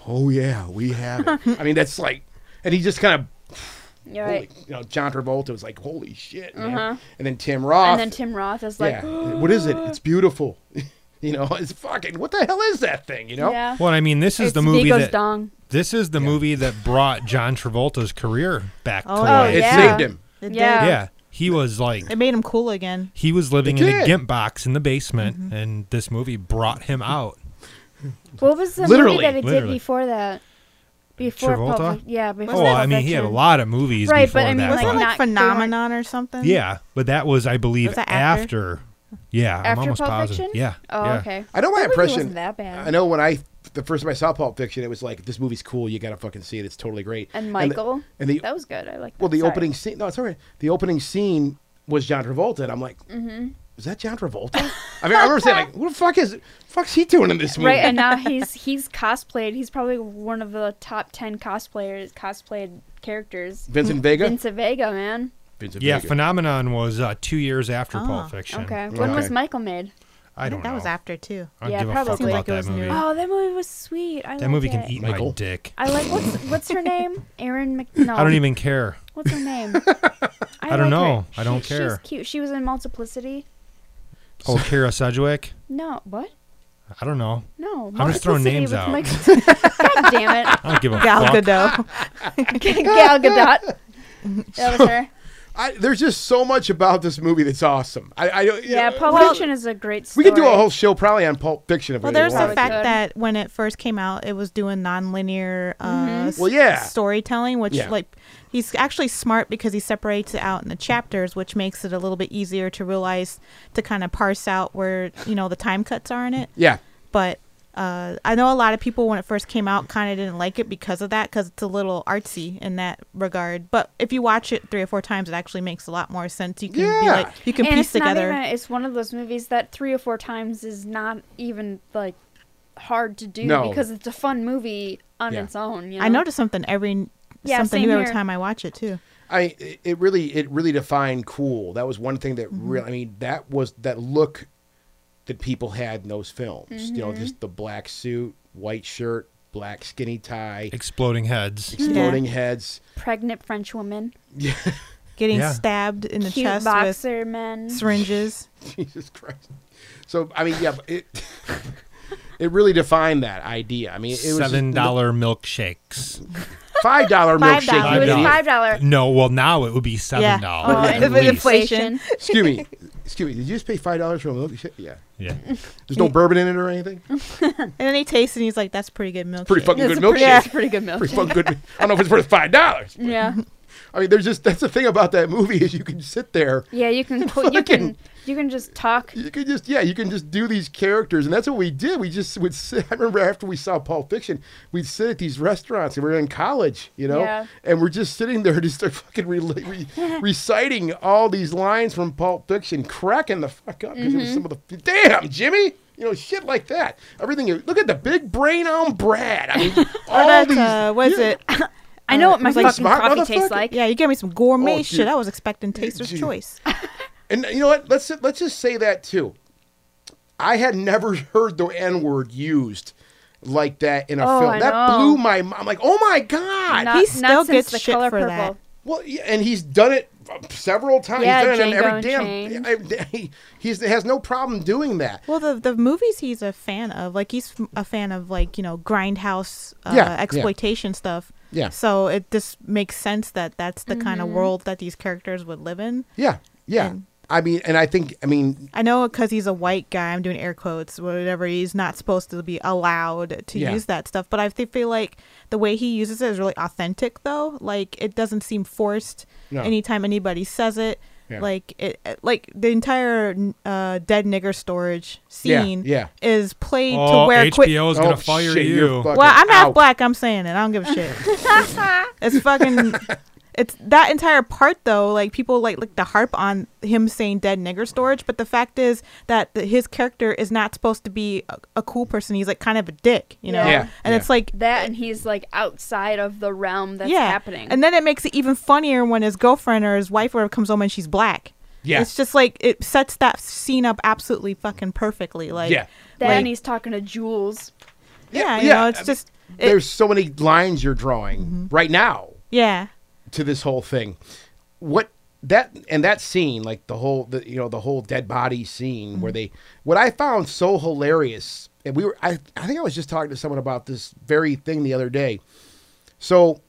Oh yeah, we have
*laughs*
it. I mean, that's like, and he just kind of,
You're right.
you know, John Travolta was like, "Holy shit!" Man.
Uh-huh.
And then Tim Roth.
And then Tim Roth is like,
yeah.
*gasps*
what is it? It's beautiful. *laughs* you know, it's fucking. What the hell is that thing? You know.
yeah.
Well, I mean, this is
It's
the movie
Viggo's
that
dong.
this is the movie that brought John Travolta's career back to
Oh,
life.
It
yeah.
saved him.
It did.
Yeah.
Yeah, he was like
It made him cool again.
he was living
It
in
did.
a gimp box in the basement,
Mm-hmm.
and this movie brought him out.
What was the
Literally,
movie that he did
literally.
before that? Before Pulp
Travolta?
Fic- yeah, before.
Oh,
Pulp
I mean, he had a
Fiction.
lot of movies
Right,
before
but I mean,
that.
like,
Wasn't
but-
it like
not- they weren't-
Phenomenon or something?
yeah, but that was, I believe,
Was that
after.
after?
Yeah, I'm
After
almost
Pulp
positive.
Fiction?
Yeah.
Oh,
yeah.
okay.
I know my
That movie
impression.
wasn't that bad.
I know when I the first time I saw Pulp Fiction, it was like this movie's cool. You got to fucking see it. It's totally great.
And Michael.
And the, and the
that was good. I like.
well, the
Sorry.
opening scene. No, it's all right. The opening scene was John Travolta, and I'm like,
Mm-hmm.
is that John
*laughs*
Travolta? I mean, I remember saying like, what the fuck is fuck's he doing in this movie?
Right,
*laughs*
and now he's he's cosplayed. He's probably one of the top ten cosplayers, cosplayed characters.
Vincent Vega.
Vincent Vega, man.
Vincent
Yeah,
Vega.
Phenomenon was uh, two years after Pulp Fiction.
Oh, Okay. When was Michael made?
I
I
don't
think that
know.
was after too.
I don't
Yeah,
give a fuck
probably.
about
Seems like it
that
was
movie.
new.
Oh, that movie was sweet. I
That movie
like
can
it.
eat
Michael?
my dick.
I like what's what's
*laughs*
her name? Erin Mc. No,
I don't even care.
What's
*laughs*
her name?
I don't
like her.
know. I don't
She-
care.
She's cute. She was in Multiplicity.
Oh, Kara Sedgwick?
No, what?
I don't know.
No.
I'm just throwing
Multiplicity
names
with
out.
Michael-
*laughs*
God damn it,
I don't give
*laughs*
a
Gal
fuck.
*laughs*
Gadot.
*laughs*
Gal Gadot. That was her.
I, there's just so much about this movie that's awesome. I, I don't- you
Yeah,
know,
Pulp
we-
Fiction is a great
We
story.
could do a whole show probably on Pulp Fiction if
Well,
we really
there's the
wanted
Probably
fact
could.
that when it first came out, it was doing nonlinear uh,
Mm-hmm.
s-
Well, yeah.
storytelling, which
Yeah.
like he's actually smart because he separates it out into chapters, which makes it a little bit easier to realize to kind of parse out where you know the time cuts are in it.
to. Yeah.
But uh, I know a lot of people when it first came out kind of didn't like it because of that, because it's a little artsy in that regard. But if you watch it three or four times, it actually makes a lot more sense. You can be
Yeah.
like you can
and
piece
it's
together.
Not even, it's one of those movies that three or four times is not even like hard to do
No.
because it's a fun movie on
Yeah.
its own. You know?
I notice something every
Yeah,
something
same
new every
here.
time I watch it too.
I it- it really it really defined cool. That was one thing that really I mean that was that look that people had in those films. You know, just the black suit, white shirt, black skinny tie,
Exploding heads.
exploding heads. *laughs*
pregnant French woman,
getting
Yeah.
stabbed in the
cute
chest
boxer men.
with syringes.
Jesus Christ. So I mean, yeah, but it *laughs* it really defined that idea. I mean, it was
Seven dollar milkshakes.
five dollar
Five
milkshake.
dollar.
you
It was
Yeah.
idiot.
five dollar.
No, well now it would be seven
Oh,
dollars.
Yeah.
and
With
the
inflation.
Excuse me, *laughs* excuse me. Did you just pay five dollars for a milkshake? Yeah.
Yeah.
There's no bourbon in it or *laughs* anything.
And then he tastes it and he's like, that's pretty good milkshake.
Pretty fucking
That's
good
a pretty, that's
milkshake.
a pretty good
Pretty
milkshake.
fucking good. I don't know if it's worth five dollars.
yeah,
I mean, there's just that's the thing about that movie is you can sit there,
yeah. You can co- you
Fucking-
*laughs* can you can just talk.
you can just yeah, you can just do these characters, and that's what we did. We just would sit. *laughs* I remember after we saw Pulp Fiction, we'd sit at these restaurants, and we were in college, you know,
Yeah.
and we're just sitting there, *laughs* just like fucking re- re-
*laughs*
reciting all these lines from Pulp Fiction, cracking the fuck up because it
Mm-hmm.
was some of the damn Jimmy. You know, shit like that. Everything. you- Look at the big brain on Brad.
*laughs*
I mean, all
That,
these.
Oh, uh, was
yeah.
it?
I know what my
was like
fucking
smart
coffee tastes
motherfucker.
like.
Yeah, you gave me some gourmet
Oh, dude.
shit. I was expecting Taster's
Dude.
Choice.
And you know what? Let's let's just say that too. I had never heard the N word used like that in a
Oh,
film.
I
that
know.
blew my mind. I'm like, oh my god.
Not,
He
not
still
since
gets
the
shit
color
for
purple.
that.
Well, yeah, and he's done it several times.
Yeah,
he's done it in
Django
every
and
damn. *laughs* He he's, has no problem doing that.
Well, the the movies he's a fan of, like he's f- a fan of like you know grindhouse uh,
Yeah, yeah.
exploitation stuff.
Yeah.
So it just makes sense that that's
Mm-hmm.
the kind of world that these characters would live in.
Yeah, yeah.
And-
I mean, and I think I mean,
I know because he's a white guy. I'm doing air quotes, whatever. He's not supposed to be allowed to
Yeah.
use that stuff. But I thi- feel like the way he uses it is really authentic, though. Like it doesn't seem forced.
No.
Anytime anybody says it,
Yeah.
Like it, it- like the entire uh, dead nigger storage
Yeah,
scene
yeah.
is played
Oh,
to where
HBO
quick.
is
Oh,
gonna fire
shit, you're
you.
fucking
Well, I'm half
out.
black. I'm saying it. I don't give
*laughs*
a shit. it's fucking. It's that entire part though. Like people like like to harp on him saying dead nigger storage, but the fact is that the, his character is not supposed to be a, a cool person. He's like kind of a dick, you know.
Yeah. Yeah,
And
yeah.
it's like
That and he's like outside of the realm that's happening.
And then it makes it even funnier when his girlfriend or his wife or whatever comes home and she's black.
Yeah.
It's just like it sets that scene up absolutely fucking perfectly. Like
Yeah.
then
like-
he's talking to Jules.
Yeah, you
yeah,
know,
I
it's
mean,
just it,
There's so many lines you're drawing
Mm-hmm.
right now
yeah.
to this whole thing. What that and that scene, like the whole, the, you know, the whole dead body scene where they, what I found so hilarious, and we were, I, I think I was just talking to someone about this very thing the other day. So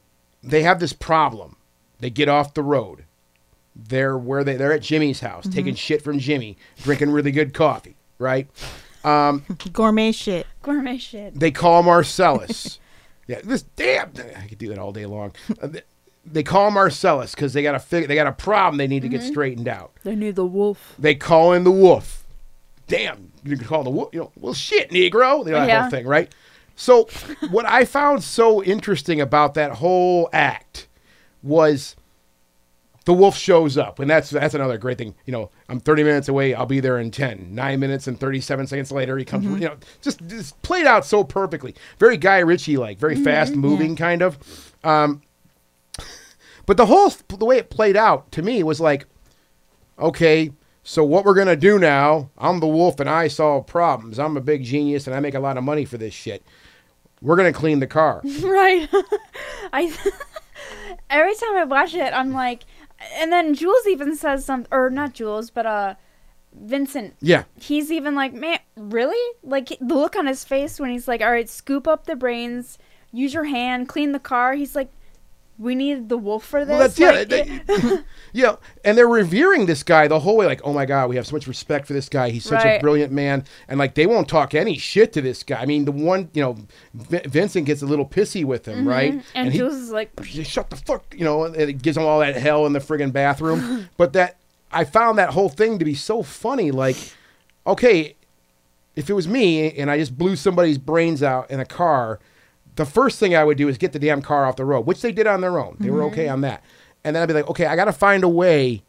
they have this problem. They get off the road. They're where they they're at Jimmy's house, taking shit from Jimmy, drinking really good coffee, right?
Gourmet shit.
Gourmet shit.
They call Marcellus. *laughs* yeah, this damn. I could do that all day long. Uh, th- They call Marcellus because they got a fig- they got a problem they need to get straightened out.
They knew the wolf.
They call in the wolf. Damn, you can call the wolf. You know, well, shit, Negro. You know, that
Yeah.
whole thing, right? So, what I found so interesting about that whole act was the wolf shows up, and that's that's another great thing. You know, I'm 30 minutes away. I'll be there in 10. Nine minutes and 37 seconds later, he comes. You know, just, just played out so perfectly. Very Guy Ritchie like, very fast moving kind of. Um, but the whole the way it played out to me was like, okay, so what we're gonna do now? I'm the wolf and I solve problems. I'm a big genius and I make a lot of money for this shit. We're gonna clean the car.
Right. *laughs* I *laughs* every time I watch it, I'm like, and then Jules even says something, or not Jules, but uh, Vincent.
Yeah.
He's even like, man, really? Like the look on his face when he's like, all right, scoop up the brains, use your hand, clean the car. He's like, we need the wolf for this.
Well, that's yeah,
Like,
they-
*laughs*
*laughs* yeah, and they're revering this guy the whole way. Like, oh my god, we have so much respect for this guy. He's such a
Right.
brilliant man, and like they won't talk any shit to this guy. I mean, the one you know, Vin- Vincent gets a little pissy with him, right?
Mm-hmm. and, Jules is like,
Just shut the fuck, you know, and it gives him all that hell in the friggin'
*laughs*
bathroom. but that I found that whole thing to be so funny. Like, okay, if it was me and I just blew somebody's brains out in a car, the first thing I would do is get the damn car off the road, which they did on their own. They were
Mm-hmm.
okay on that. And then I'd be like, okay, I got to find a way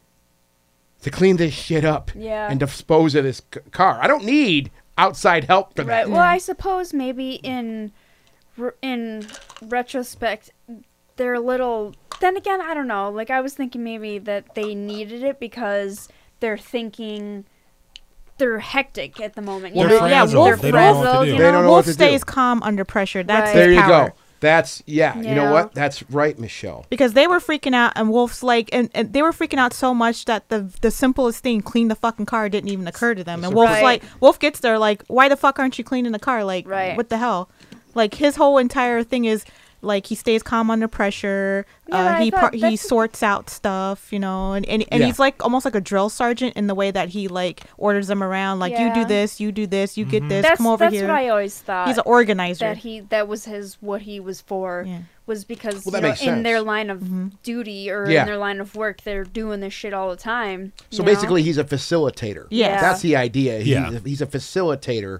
to clean this shit up
Yeah.
and dispose of this c- car. I don't need outside help for
Right.
that.
Well, I suppose maybe in re- in retrospect, they're little. Then again, I don't know. Like I was thinking maybe that they needed it because they're thinking they're hectic at the moment. You
They're
know?
frazzled.
Yeah, wolf,
They don't know what to
frazzled,
do.
you
They don't know what
Wolf
to do.
stays calm under pressure. That's
Right.
his
There you
power.
go. That's, yeah, you know
Yeah.
what? That's right, Michelle.
Because they were freaking out, and Wolf's like, and, and they were freaking out so much that the the simplest thing, clean the fucking car, didn't even occur to them. And Wolf's
Right.
like, Wolf gets there like, why the fuck aren't you cleaning the car? Like,
Right.
what the hell? Like his whole entire thing is like he stays calm under pressure.
Yeah,
uh,
but I
he
thought
par- he
that's-
sorts out stuff, you know, and and, and
Yeah.
he's like almost like a drill sergeant in the way that he like orders them around, like you
Yeah.
do this, you do this, you
Mm-hmm.
get this,
That's
come over
that's
here.
what I always thought.
he's an organizer.
that he that was his what he was for
Yeah. Mm-hmm.
was because
Well, that
you know,
makes
in their
sense.
line of duty or
Yeah.
in their line of work, they're doing this shit all the time.
So
you know?
basically, he's a facilitator.
Yes.
that's the idea. He-
Yeah.
he's a facilitator,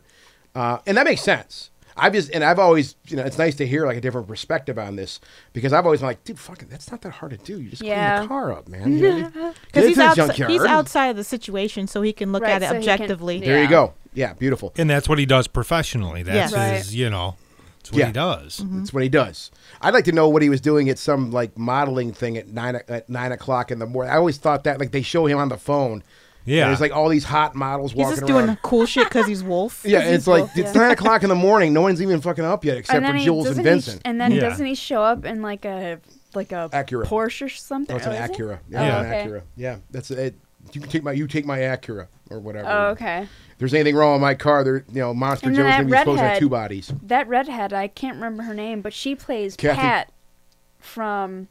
uh, and that makes sense. I've just and I've always, you know, it's nice to hear like a different perspective on this because I've always been like, dude, fucking, that's not that hard to do. You just clean
Yeah.
the car up, man. You
*laughs*
know, get
because
it
he's
to the
outside, he's
junkyard.
outside of the situation, so he can look
Right,
at it
so he can-
objectively.
yeah.
There you go. Yeah, beautiful.
and that's what he does professionally. That's
Yeah.
his, you know, that's what
Yeah.
he does.
That's what he does. I'd like to know what he was doing at some like modeling thing at nine o- at nine o'clock in the morning. I always thought that like they show him on the phone.
Yeah.
and there's like all these hot models
He's
walking
just
around.
doing *laughs* cool shit because he's Wolf.
yeah, and it's like
Yeah.
it's nine o'clock in the morning. No one's even fucking up yet, except for
he-
Jules and
doesn't he sh-
Vincent.
and then
Yeah.
doesn't he show up in like a like a
Acura.
Porsche or something?
Oh, it's an
Oh, is it?
Acura.
Oh,
Yeah, it's
okay.
an Acura. Yeah, that's it. You can take my you take my Acura or whatever.
Oh, okay.
If there's anything wrong with my car, there you know Monster
And
Joe's
then
gonna be
that
supposed to have
redhead-
two bodies.
That redhead, I can't remember her name, but she plays
Kathy.
Pat from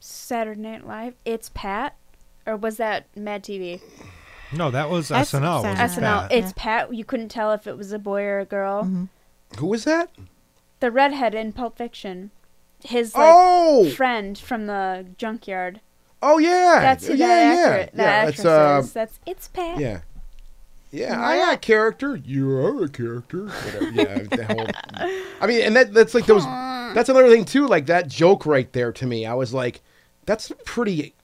Saturday Night Live. It's Pat, or was that Mad TV?
Mm-hmm.
No, that was
That's
SNL. wasn't
sad.
it,
SNL.
Pat? Mm-hmm.
It's Pat. You couldn't tell if it was a boy or a girl.
Who was that?
The redhead in Pulp Fiction, his like
Oh!
friend from the junkyard.
Oh yeah,
That's who
yeah,
that
yeah,
actor, that
yeah.
actress
That's uh,
is. That's it's Pat.
yeah, yeah. I got character. You are a character. Whatever. Yeah, the whole. I mean, and that that's like those. That's another thing too. Like that joke right there to me. I was like, that's pretty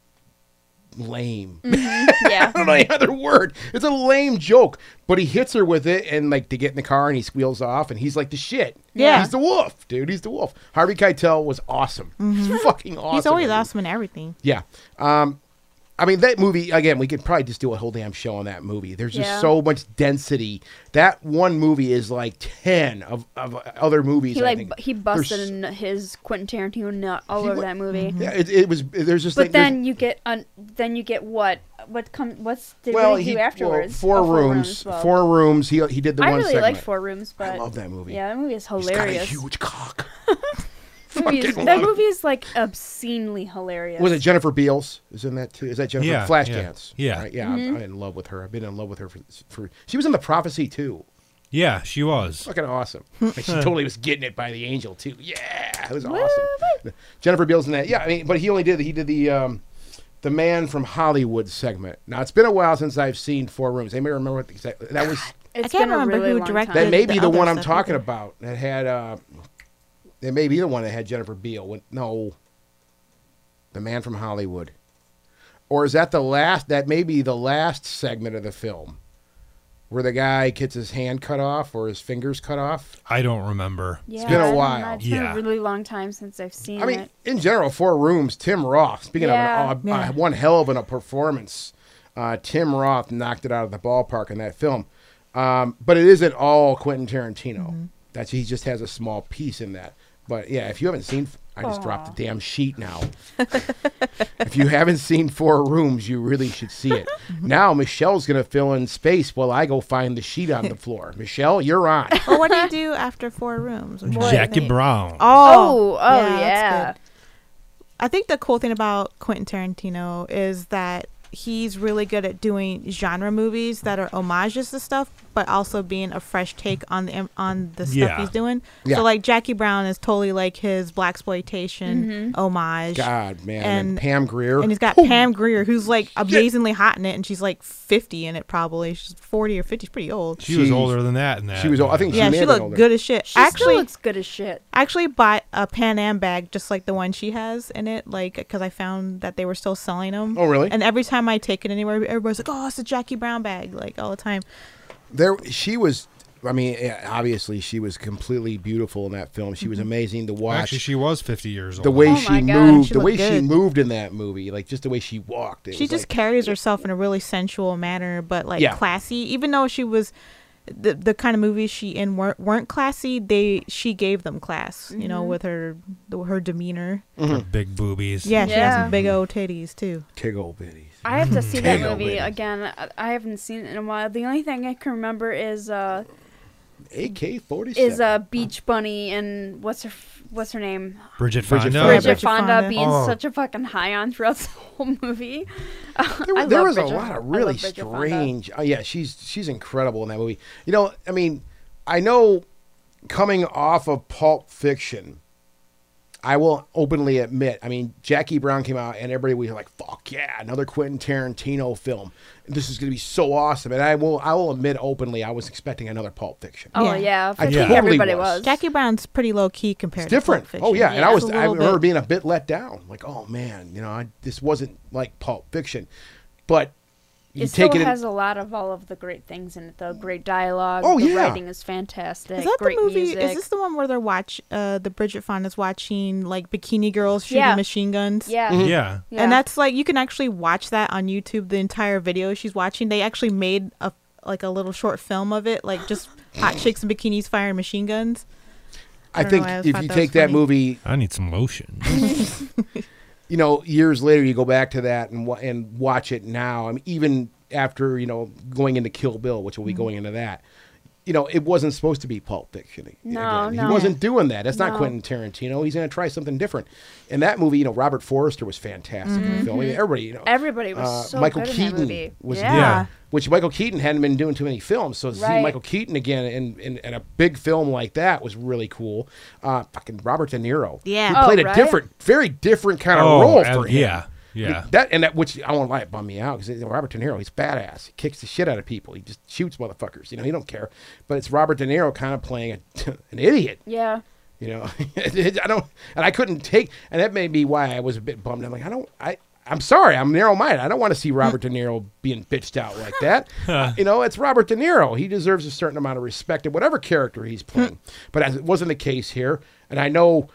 lame.
yeah.
*laughs* I don't know any other word. It's a lame joke, but he hits her with it, and like they get in the car, and he squeals off, and he's like the shit.
Yeah.
he's the wolf, dude. He's the wolf. Harvey Keitel was awesome. He's fucking awesome.
He's always
in it.
awesome in everything.
Yeah. Um, I mean, that movie, again, we could probably just do a whole damn show on that movie. There's just
Yeah.
so much density. That one movie is like 10 of, of other movies.
He
I
like
think.
bu- he
There's-
busted in his Quentin Tarantino nut all
He
over
wa- Mm-hmm.
that movie.
Yeah, it, it was, there's just
But
like. there's-
then you get un- then you get what what come what's did
well,
what did
he,
he do
well,
afterwards?
four,
Oh,
rooms,
well.
four rooms. He he did the
I
one
really
segment.
liked Four Rooms, but
love that movie.
Yeah, that movie is
He's got a
hilarious.
huge cock.
That movie is-
fucking
that
love it.
movie is like obscenely hilarious.
Was it Jennifer Beals? Is in that too? Is that Jennifer
Yeah,
Flashdance?
yeah, yeah.
right? yeah. I'm-
Mm-hmm.
I'm, in love with her. I've been in love with her for, for. She was in the Prophecy too.
Yeah, she was.
Fucking
*laughs*
awesome. Like she totally was getting it by the angel too. Yeah, it was awesome. Jennifer Beals in that. Yeah, I mean, but he only did he did the um, the man from Hollywood segment. Now it's been a while since I've seen Four Rooms. Anybody remember what the exact, that was?
It's
I
been
can't
a
remember
really
who
long
directed
That
time.
Did
may
the
be the
other
one I'm
stuff
talking
either.
about. That had uh, that may be the one that had Jennifer Beal. When, no, the man from Hollywood, or is that the last? That may be the last segment of the film. Where the guy gets his hand cut off or his fingers cut off.
I don't remember.
Yeah,
been a
I don't know.
while.
It's been
Yeah.
a really long time since I've seen
I mean,
it.
in general, four rooms. Tim Roth. Speaking
Yeah.
of an, uh,
Yeah.
uh, one hell of an, a performance, uh, Tim Roth knocked it out of the ballpark in that film. Um, but it isn't all Quentin Tarantino. That's he just has a small piece in that. But yeah, if you haven't seen, I just dropped the damn sheet now. *laughs* if you haven't seen Four Rooms, you really should see it. now Michelle's gonna fill in space while I go find the sheet on the floor. Michelle, you're on.
Well, what do you do after
*laughs*
four rooms? Which one?
Jackie Brown.
Oh,
Oh, oh,
that's
yeah.
good. I think the cool thing about Quentin Tarantino is that he's really good at doing genre movies that are homages to stuff, but also being a fresh take on the on the stuff
Yeah.
he's doing.
Yeah.
So like Jackie Brown is totally like his black exploitation homage.
God, man, and,
And-
Pam Greer.
And he's got Pam Greer, who's like amazingly hot in it, and she's like 50 in it, probably. She's 40 or 50. She's pretty old.
she was
She-
older than that. In that,
she was old- I think
yeah,
may
she
have been older.
looked good as shit.
She
actually,
still looks good as shit.
I actually bought a Pan Am bag just like the one she has in it, like because I found that they were still selling them.
Oh, really?
And every time I take it anywhere, everybody's like, "Oh, it's a Jackie Brown bag!" Like all the time.
there she was i mean yeah, obviously she was completely beautiful in that film she was amazing to watch
Mm-hmm. actually she was fifty years old.
the way
Oh
she
my God,
moved
she
the way
looked
she
good.
moved in that movie like just the way she walked it
She
was
just
like,
carries herself in a really sensual manner, but like
Yeah.
classy. Even though she was the the kind of movies she in weren't, weren't classy, they she gave them class. You know, with her the, her demeanor.
Mm-hmm.
Her big boobies.
Mm-hmm. Yeah, she has
Yeah.
some big old titties too.
tig old bitties
I have to see that
Damn.
movie again. I- I haven't seen it in a while. The only thing I can remember is uh
ak-47
is uh Beach Bunny and what's her f- what's her name
Bridget
Oh, Bridget
Fonda.
Fonda.
Bridget Fonda,
Fonda.
being
Oh.
such a fucking high on throughout *laughs* the whole movie.
there,
I
there
love
was
Bridget-
a lot
I
of
love
really
Bridget Fonda.
strange. Oh yeah, she's she's incredible in that movie. You know, I mean, I know coming off of Pulp Fiction, I will openly admit. I mean, Jackie Brown came out, and everybody was like, "Fuck yeah, another Quentin Tarantino film. This is going to be so awesome." And I will I will admit openly, I was expecting another Pulp Fiction.
Oh
Yeah.
yeah,
I
I think
totally
everybody
was.
was.
Jackie Brown's pretty low key compared.
It's different.
to Pulp
Oh
Fiction.
yeah, and I
It's
was
a
I
little
remember
bit-
being a bit let down. Like, oh man, you know, I, this wasn't like Pulp Fiction, but. You
it
take
still
it in-
has a lot of all of the great things in it. The great dialogue.
Oh,
the
yeah.
writing Mm-hmm. is fantastic.
Is that
great
the movie?
music.
Is this the one where they're watch uh, the Bridget Fonda's watching like bikini girls shooting
Yeah.
machine guns?
yeah.
Mm-hmm.
Yeah.
Yeah.
And that's like you can actually watch that on YouTube. The entire video she's watching, they actually made a like a little short film of it,
*gasps*
like just hot chicks in bikinis firing machine guns.
I,
don't know
think
why I
if
thought
you
that
take
was
that
funny.
movie
I need some lotion.
you know, years later, you go back to that and wa- and watch it now. I mean, even after you know going into Kill Bill, which will
Mm-hmm.
be going into that. You know, it wasn't supposed to be Pulp Fiction.
No,
again.
no.
he wasn't doing that. That's not
No.
Quentin Tarantino. He's going to try something different. In that movie, you know, Robert Forrester was fantastic in the film. I mean, everybody, you know,
Mm-hmm. Everybody was
uh,
so
Michael
good in that
Keaton
movie.
was
yeah.
Yeah.
which Michael Keaton hadn't been doing too many films. So to see
Right.
Michael Keaton again in, in, in a big film like that was really cool. Uh, fucking Robert De Niro,
Yeah.
who played
Oh,
a
right?
different, very different kind of
Oh,
role
ab-
for him.
yeah. Yeah.
that and that which I won't lie, it bummed me out because Robert De Niro, he's badass. He kicks the shit out of people. He just shoots motherfuckers. You know, he don't care. But it's Robert De Niro kind of playing a, *laughs* an idiot.
Yeah.
You know, *laughs* I don't, and I couldn't take, and that may be why I was a bit bummed. I'm like, I don't, I, I'm sorry, I'm narrow-minded. I don't want to see Robert De Niro being bitched out like that. Uh, you know, it's Robert De Niro. He deserves a certain amount of respect in whatever character he's playing. but as it wasn't the case here, and I know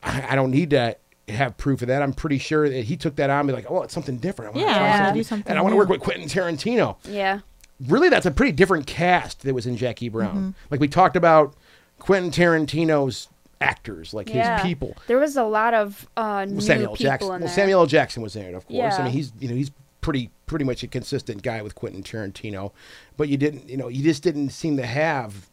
I, I don't need to have proof of that. I'm pretty sure that he took that on, and be like, oh, it's something different. I wanna
Yeah,
try
yeah.
something
Do
new.
something
and I want to
new.
work with Quentin Tarantino
Yeah.
really that's a pretty different cast that was in Jackie Brown. Like we talked about Quentin Tarantino's actors, like
yeah.
his people.
There was a lot of uh, new
Well, Samuel L.
people
Jackson.
in
Well,
there.
Samuel L. Jackson was in it, of course. I
Yeah.
mean, he's you know he's pretty pretty much a consistent guy with Quentin Tarantino, but you didn't you know you just didn't seem to have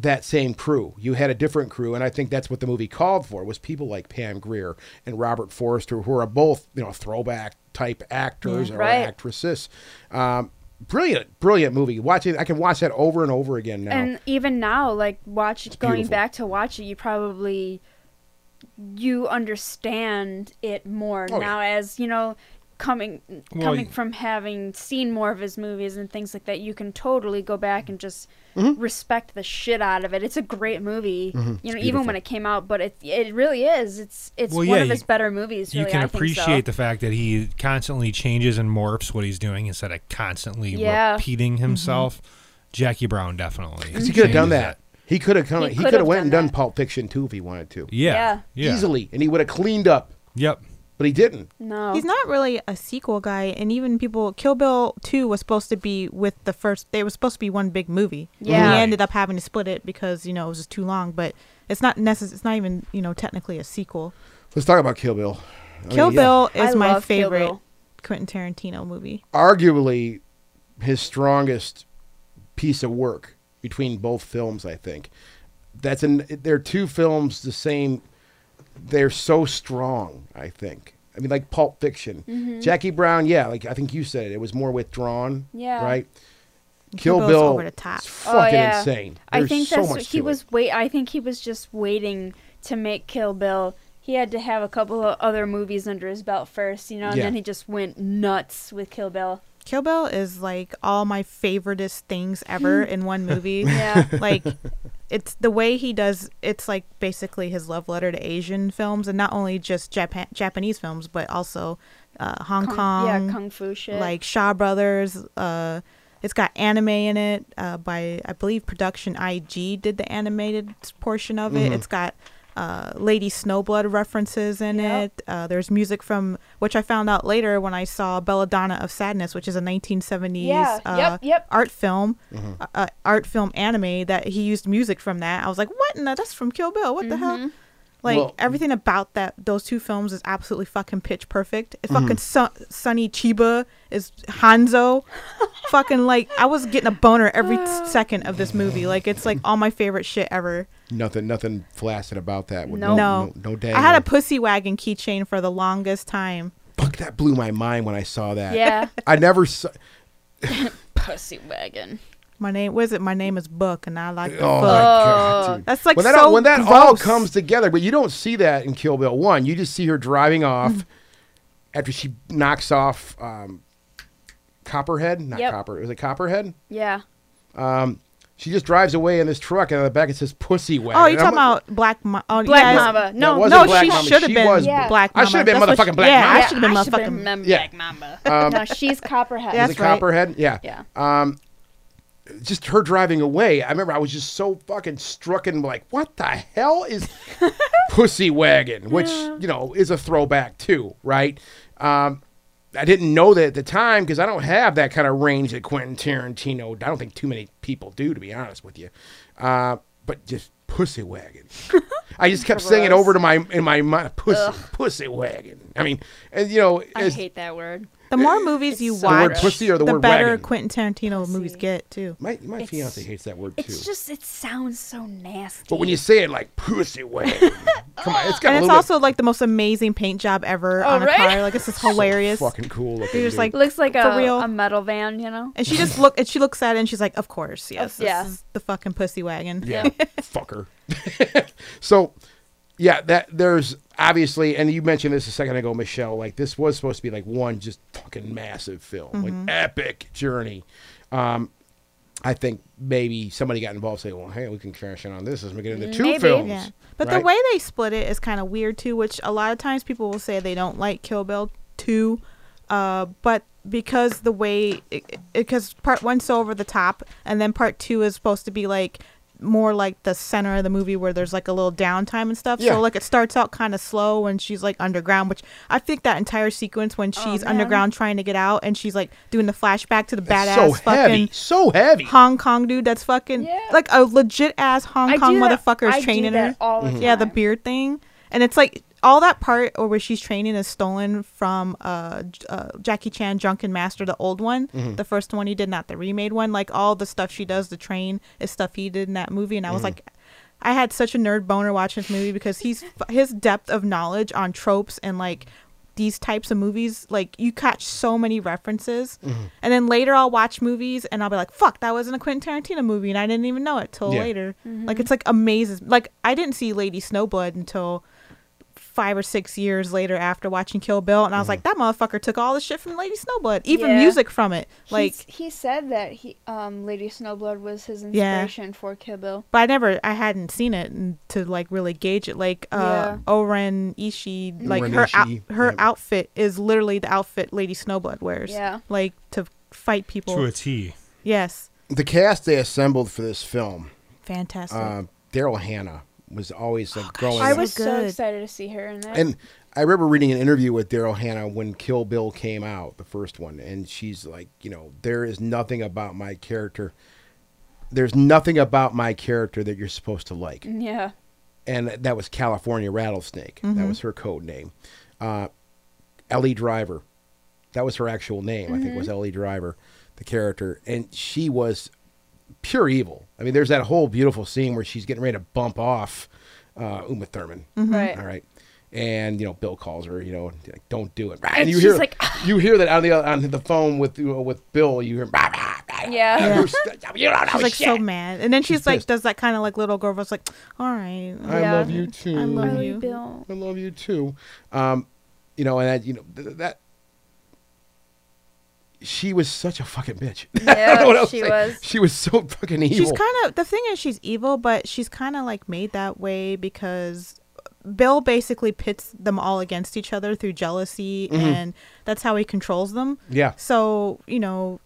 that same crew. You had a different crew, and I think that's what the movie called for was people like Pam Grier and Robert Forster, who are both you know throwback type actors or
Mm, Right.
actresses. Um, brilliant, brilliant movie. Watching, I can watch that over and over again now.
And even now, like watch going
beautiful.
back to watch it, you probably you understand it more
Oh,
now as you know coming
Well,
coming
y-
from having seen more of his movies and things like that. You can totally go back and just
Mm-hmm.
respect the shit out of it. It's a great movie, you know, even when it came out. But it it really is. It's it's
Well,
one
yeah,
of his
you-
better movies. Really,
you can
I
appreciate
think so.
the fact that he constantly changes and morphs what he's doing instead of constantly
Yeah. Mm-hmm.
repeating himself. Jackie Brown definitely.
Because he could have done
changes
that. He could have come.
He
He,
could
could have
have
went and
done
done
that.
Pulp Fiction too if he wanted to.
Yeah.
Yeah.
yeah.
Easily, and he would have cleaned up,
Yep.
but he didn't.
No,
He's not really a sequel guy, and even people, Kill Bill 2 was supposed to be with the first, they were supposed to be one big movie.
Yeah.
And
Right.
he ended up having to split it because, you know, it was just too long, but it's not necess- it's not even, you know, technically a sequel.
Let's talk about Kill Bill. I
Kill
mean, Oh, yeah,
Bill
I
is my
love Kill
favorite
Bill.
Quentin Tarantino movie.
arguably his strongest piece of work between both films. I think that's an. They're two films the same. They're so strong. I think. I mean, like Pulp Fiction, Jackie Brown. Yeah, like I think you said it. It was more withdrawn.
Yeah.
Right. Kill
Kill Bill's
Bill.
over the top.
is Fucking
oh, yeah.
insane.
I
There's
think
so
that's
much
what
to
he
it.
was wait. I think he was just waiting to make Kill Bill. He had to have a couple of other movies under his belt first, you know, and
Yeah.
then he just went nuts with Kill Bill.
Kill Bill is like all my favoriteest things
*laughs*
ever in one movie.
Yeah.
*laughs* like it's the way he does it's like basically his love letter to Asian films and not only just Japan Japanese films but also uh, Hong Kong,
yeah, kung fu shit.
like Shaw Brothers, uh it's got anime in it uh, by I believe production IG did the animated portion of it.
Mm-hmm.
It's got uh, Lady Snowblood references in
Yep.
it. Uh, there's music from which I found out later when I saw Belladonna of Sadness, which is a 1970s
Yeah,
uh,
yep, yep. Mm-hmm.
art film, uh, uh, art film anime that he used music from that. I was like, what? No, that's from Kill Bill. What the
Mm-hmm.
hell? Like
Well-
everything about that those two films is absolutely fucking pitch perfect. It
Mm-hmm.
fucking Son- Sonny Chiba is
*laughs*
Hanzo. fucking like I was getting a boner every
Uh.
t- second of this movie. Like it's like all my favorite shit ever.
nothing, nothing flaccid about that. with
No.
no,
no, no, no
I had a
dangle.
pussy wagon keychain for the longest time.
Fuck, that blew my mind when I saw that.
yeah,
I never oh saw.
pussy wagon.
My name was it? My name is Book, and I like the
Oh, my
book.
God, dude.
That's like
when that,
so.
all, when that
gross.
all comes together, but you don't see that in Kill Bill 1. You just see her driving off
Mm-hmm.
after she knocks off um, Copperhead. Not
Yep.
Copper. Was it Copperhead?
Yeah.
She just drives away in this truck, and on the back it says Pussy Wagon.
Oh, you're
And I'm
talking
like-
about Black Mama? Oh,
Black
yeah, it's-
Mamba.
No, it
No,
No,
wasn't Black
she
Mama.
should have
She
been
was
Yeah.
Black
I
Mama.
should've been
That's what
motherfucking Black
yeah,
Mamba.
I should have been
I
motherfucking.
been mem-
Yeah.
Black Mamba. no, she's Copperhead.
Yeah.
Was it
That's right.
Copperhead? Yeah.
Yeah.
Um, Just her driving away. I remember I was just so fucking struck and like, what the hell is
*laughs*
Pussy Wagon? Which, you know, is a throwback too, right? Um, I didn't know that at the time because I don't have that kind of range that Quentin Tarantino, I don't think too many people do, to be honest with you. Uh, but just Pussy Wagon.
*laughs*
I just kept saying it
Gross.
over to my in my mind, pussy, pussy wagon. I mean, and you know,
I
it's-
hate that word.
The more movies you
so
watch,
word
pussy or the word
better
wagon?
Quentin Tarantino movies get too.
my my fiance hates that word too.
It's just it sounds so nasty.
But when you say it like pussy wagon, come
*laughs*
on, it's got
And
a
it's
little
also like the most amazing paint job ever on a
right?
car. Like
*laughs*
it's just hilarious.
bit fucking cool looking.
You're just
dude. *laughs*
like,
it looks like
for
a um
real.
a metal van, you know.
and she just look and she looks at it and she's like, "Of course, yes, this
yeah.
is
*laughs*
the fucking pussy wagon."
yeah, fucker. so, yeah, that there's obviously, and you mentioned this a second ago, Michelle. Like this was supposed to be like one just fucking massive film,
Mm-hmm.
like epic journey. Um, I think maybe somebody got involved, say, well, hey, we can cash in on this and make it into two
Maybe.
films.
Yeah. But the
right?
way they split it is kind of weird too, which a lot of times people will say they don't like Kill Bill 2. Uh, but because the way, because part one's so over the top, and then part two is supposed to be like more like the center of the movie where there's like a little downtime and stuff.
Yeah.
So like it starts out kind of slow when she's like underground, which I think that entire sequence when she's
man.
underground trying to get out and she's like doing the flashback to the
It's
badass
so
fucking
heavy, so heavy.
Hong Kong dude that's fucking
Yeah.
like a legit ass Hong
I
Kong
do that-
motherfucker
I
is
do
training
that
her.
all the
Yeah, the
time.
beard thing, and it's like all that part or where she's training is stolen from uh, J- uh Jackie Chan Drunken Master, the old one, the first one he did, not the remade one. Like all the stuff she does, the train is stuff he did in that movie, and I was like. I had such a nerd boner watching this movie because he's *laughs* his depth of knowledge on tropes and like these types of movies like you catch so many references and then later i'll watch movies and i'll be like fuck that wasn't a quentin tarantino movie and i didn't even know it till
Yeah.
later like it's like amazing like i didn't see lady snowblood until five or six years later after watching kill bill and i was
Mm-hmm.
like that motherfucker took all the shit from lady snowblood even
Yeah.
music from it like
He's- he said that he um Lady Snowblood was his
Yeah.
inspiration for Kill Bill.
but I never, I hadn't seen it and to like really gauge it. Like uh,
Yeah.
Oren Ishii, like
Oren
her
Ishii,
out, her
yeah.
outfit is literally the outfit Lady Snowblood wears.
Yeah.
like to fight people.
to a T.
Yes,
The cast they assembled for this film,
fantastic.
uh, Daryl Hannah was always like growing.
Oh, I
so
up.
was so
good.
excited to see her in that.
And I remember reading an interview with Daryl Hannah when Kill Bill came out, the first one, and she's like, you know, there is nothing about my character. There's nothing about my character that you're supposed to like.
yeah.
And that was California Rattlesnake. That was her code name. Uh, Ellie Driver. That was her actual name, I think, was Ellie Driver, the character. And she was pure evil. I mean, there's that whole beautiful scene where she's getting ready to bump off uh, Uma Thurman.
Right.
All right. And you know, Bill calls her. You know, like, don't do it.
And
you
she's
hear
like,
you hear that on the on the phone with you know, with Bill. You hear "Bah, bah, bah, bah."
Yeah.
You're st- You don't know
she's like
shit.
Oh,
so mad, and then she's, like
pissed.
does that kind of like little girl voice, like, all right,
I
Yeah.
love you too.
I love
Really,
you.
Bill.
I love you too. Um, you know, and that, you know th- that she was such a fucking bitch. *laughs* I don't know what
Yeah,
else
she
to say.
was.
She was so fucking evil.
She's kind of the thing is she's evil, but she's kind of like made that way because Bill basically pits them all against each other through jealousy, and that's how he controls them.
Mm-hmm. Yeah.
So you know,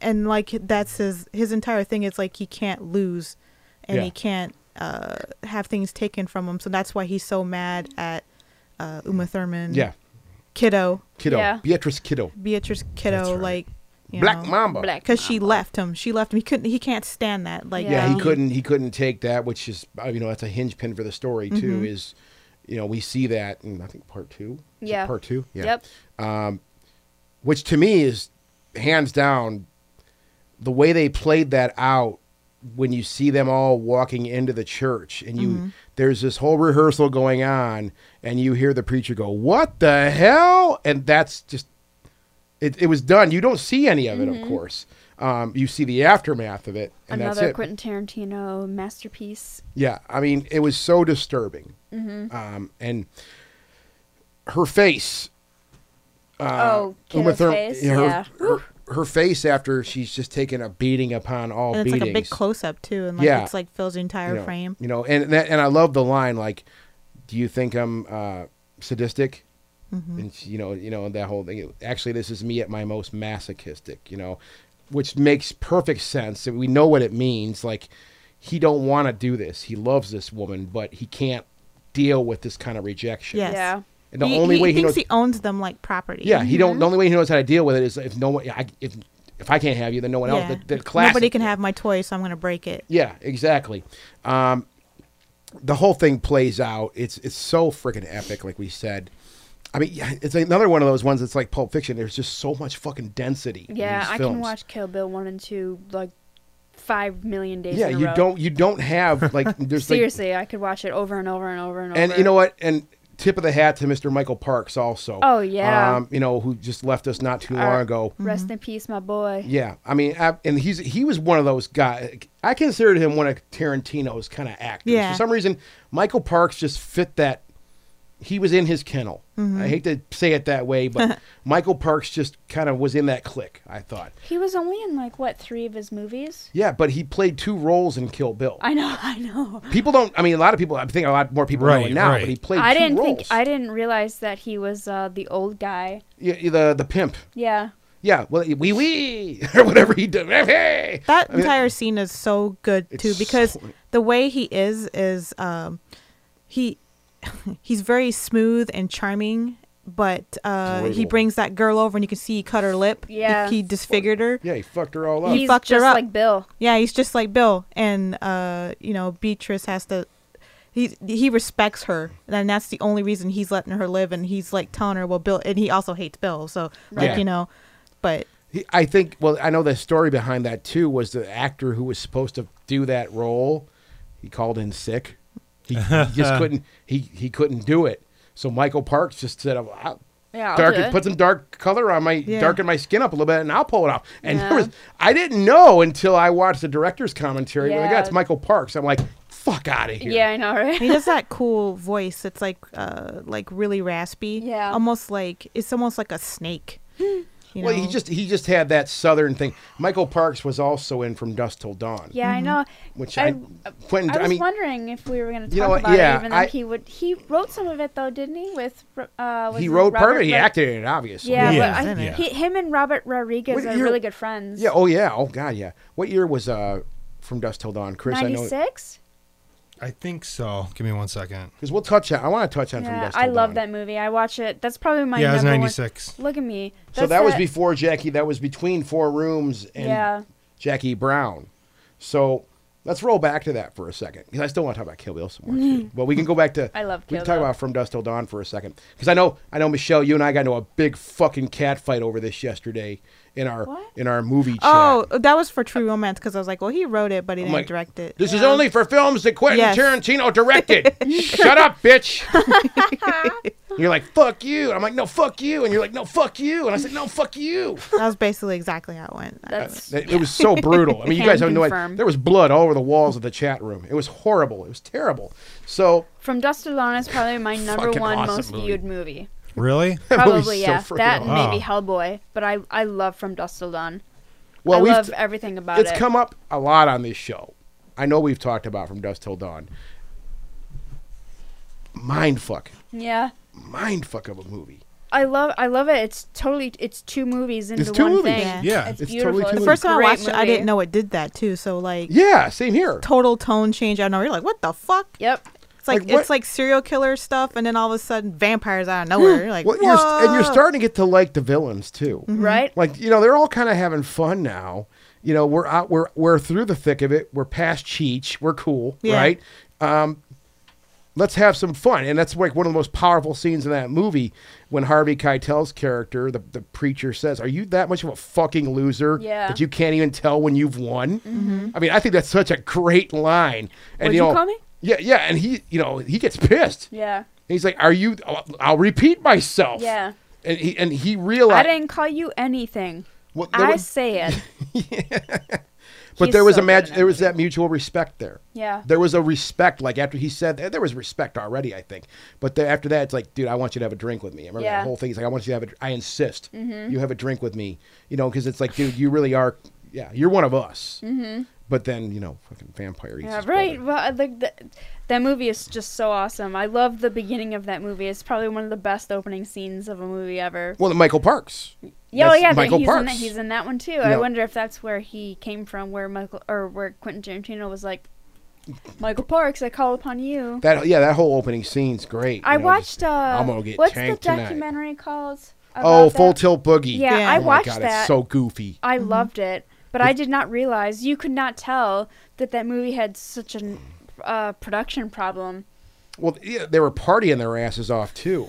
and like that's his his entire thing is like he can't lose, and
Yeah.
he can't uh, have things taken from him. So that's why he's so mad at uh, Uma Thurman.
yeah,
Kiddo,
kiddo.
Yeah.
Beatrice Kiddo.
Beatrice Kiddo,
right.
like you
Black
know,
Mamba.
Black.
because she left him. She left him. He couldn't. He can't stand that. Like
yeah,
Yeah.
he couldn't he couldn't take that which is uh, you know that's a hinge pin for the story too
Mm-hmm.
is you know we see that in i think part two Is it
Yeah.
part two
Yep.
which to me is hands down the way they played that out when you see them all walking into the church and you there's this whole rehearsal going on and you hear the preacher go what the hell and that's just it, it was done you don't see any of it of course um, you see the aftermath of it and that's
Another
it
Quentin Tarantino masterpiece.
Yeah, I mean, it was so disturbing. Um, and her face,
oh, Kiddo's
Uh, Uma Thurman-
face.
her,
yeah.
her, her face after she's just taken a beating upon all
and it's
beatings.
like a big close up too, and like
Yeah.
it's like fills the entire
you know,
frame.
You know, and that, and I love the line like, "Do you think I'm uh, sadistic?"
Mm-hmm.
And she, you know, you know that whole thing. Actually, this is me at my most masochistic. You know, which makes perfect sense. We know what it means. Like, he don't want to do this. He loves this woman, but he can't deal with this kind of rejection.
Yes.
Yeah.
And the only way he
thinks
knows-
he owns them like property.
Yeah, he
Mm-hmm.
don't. The only way he knows how to deal with it is if no one. I, if if I can't have you, then no one else.
Yeah.
The, the classic.
Nobody can have my toy, so I'm gonna break it.
Yeah, exactly. Um, the whole thing plays out. It's it's so freaking epic, like we said. I mean, yeah, it's another one of those ones that's like Pulp Fiction. There's just so much fucking density. in
Yeah,
these
I
films.
can watch Kill Bill 1 and 2 like 5 million days
Yeah,
in a
you
row.
don't you don't
*laughs*
have like there's like
Seriously, I could watch it over and over and over and,
and
over.
you know what and tip of the hat to Mr. Michael Parks also.
Oh, yeah.
um, you know who just left us not too long
Our-
ago.
Rest in peace, my boy.
Yeah, I mean, I, and he's he was one of those guys. I considered him one of Tarantino's kind of actors.
Yeah.
For some reason, Michael Parks just fit that he was in his kennel.
Mm-hmm.
I hate to say it that way,
*laughs*
but Michael Parks just kind of was in that clique. I thought.
He was only in like what three of his movies?
Yeah, but he played two roles in Kill Bill.
I know, *laughs* I know.
people don't. I mean, a lot of people. I think a lot more people know
Right,
it now,
right.
but he played.
I
two
didn't
roles.
think I didn't realize that he was uh, the old guy.
Yeah, the the pimp.
Yeah.
Yeah, well, wee wee *laughs* or whatever he did. Hey!
That entire scene is so good too
It's
because
so-
the way he is is um he *laughs* he's very smooth and charming, but uh he
Brutal.
brings that girl over and you can see he cut her lip. He-
Yeah.
He, disfigured her.
Yeah, he fucked her all up.
He
He's
fucked her
just
up.
like Bill.
Yeah, he's just like Bill and uh you know, Beatrice has to he, he respects her and that's the only reason he's letting her live and he's like telling her well bill and he also hates bill so like
Right.
you know but
He- I think. Well, I know the story behind that too was the actor who was supposed to do that role. He called in sick. He, he just couldn't. He he couldn't do it. So Michael Parks just said, "I-
Yeah, I'll
dark,
do it."
put some dark color on my,
Yeah.
darken my skin up a little bit, and I'll pull it off." And there
Yeah.
was, I didn't know until I watched the director's commentary. When I got
Yeah.
it's Michael Parks, I'm like, "Fuck out of here!"
Yeah, I know, right? *laughs*
He does that cool voice. It's like uh like really raspy.
Yeah.
Almost like it's almost like
*laughs*
a snake. You know?
Well, he just he just had that southern thing. Michael Parks was also in From Dusk Till Dawn.
Yeah, I know.
Which I, when
I was
Mm-hmm. I mean,
wondering if we were going to talk
You know what,
about
yeah,
it, even though
I-
he would. He wrote some of it though, didn't he? With uh, was
he
it
wrote part of
Robert
it. He
Ra-
acted in it, obviously.
Yeah,
Yeah,
but I,
yeah.
He, him and Robert Rodriguez
What
are
year-
really good friends.
Yeah, Oh yeah. Oh god. Yeah. What year was uh From Dusk Till Dawn, Chris?
ninety
I know
six.
I think so. Give me one second.
because we'll touch on. I want to touch on From
Yeah,
Dusk Till
I love
Dawn.
that movie. I watch it. That's probably my
Yeah, it was
number one-
96.
Look at me.
So that was
the-
before Jackie. That was between Four Rooms and
Yeah.
Jackie Brown. So let's roll back to that for a second because I still want to talk about Kill Bill some more.
*laughs*
too. But we can go back to.
I love
We
Kill
can talk
Bill.
about From Dusk Till Dawn for a second because I know I know Michelle. You and I got into a big fucking cat fight over this yesterday in our
What?
in our movie chat.
Oh, that was for True Romance because I was like, well, he wrote it, but he
I'm
didn't
like,
direct it.
This is
Yeah.
only for films that Quentin
Yes.
Tarantino
*laughs*
directed. Shut up, bitch. And you're like, fuck you. And I'm like, no, fuck you. And you're like, no, fuck you. And I said, no, fuck you.
that was basically exactly how it went.
That's
It, it was
*laughs*
so brutal. I mean, you
Can
guys have no idea.
confirm.
There was blood all over the walls of the chat room. It was horrible. It was terrible. So
from Dust to Dawn is probably my number
Fucking
one
awesome
most
movie. *laughs*
viewed movie.
*laughs* Really?
movie's
Probably
so
yeah.
freaking
that and
awesome. Ah.
maybe Hellboy, but I I love From Dust to Dawn.
Well,
I
we've-
love everything about
it's
it.
come up a lot on this show. I know we've talked about from dusk till dawn. Mindfuck,
yeah.
mindfuck of a movie.
I love I love it. It's totally it's two movies into
two
one
movies.
thing.
Yeah.
Yeah.
It's,
It's
beautiful.
totally two movies.
It's
the
a
first time I
great
watched it, I
movie.
didn't know it did that too. So like
Yeah, same here.
total tone change. I know you're like, what the fuck?
Yep.
It's like,
Like, what-
it's like serial killer stuff, and then all of a sudden vampires out of nowhere. You're like,
Well, you're st- and you're
"Whoa."
starting to get to like the villains too.
Right?
Like you know, they're all kind of having fun now. You know, we're out, we're we're through the thick of it. We're past Cheech. We're cool,
Yeah.
right? Um, let's have some fun, and that's like one of the most powerful scenes in that movie when Harvey Keitel's character, the the preacher, says, "Are you that much of a fucking loser
Yeah. Mm-hmm.
that you can't even tell when you've won?" I mean, I think that's such a great line. And
What'd you
know,
call me?
yeah, yeah, and he, you know, he gets pissed.
Yeah.
And he's like, "Are you?" I'll, I'll repeat myself.
Yeah.
And he and he realized.
I didn't call you anything.
Well, there
I
was-
say
*laughs*
it.
but
He's
there was
so
a
good
mag-
in that
there was
movie.
that mutual respect there.
Yeah.
There was a respect. Like after he said that, there was respect already, I think. But the, after that, it's like, dude, I want you to have a drink with me. I remember
Yeah. Mm-hmm.
that whole thing. He's like, I want you to have a. dr- I insist. You have a drink with me. You know, because it's like, dude, you really are. Yeah, you're one of us. Mm-hmm. But then you know, fucking vampire eats.
Yeah,
his
right.
brother.
Well, I like that. That movie is just so awesome. I love the beginning of that movie. It's probably one of the best opening scenes of a movie ever.
Well, then Michael Parks.
yeah, oh
That's
yeah, that-
Michael
he's in
Parks.
that. He's in that one too.
Yeah.
I wonder if that's where he came from, where Michael or where Quentin Tarantino was like, Michael Parks, I call upon you.
That yeah, that whole opening scene's great.
I
you know,
watched.
just,
uh,
I'm gonna get
what's the
tanked tonight.
documentary called?
Oh,
about
Full
that?
Tilt Boogie.
Yeah,
Yeah.
I
Oh
oh
watched
my god,
that.
it's so goofy.
I loved it, but I did not realize you could not tell that that movie had such a uh, production problem.
Well, yeah, they were partying their asses off
*laughs*
too.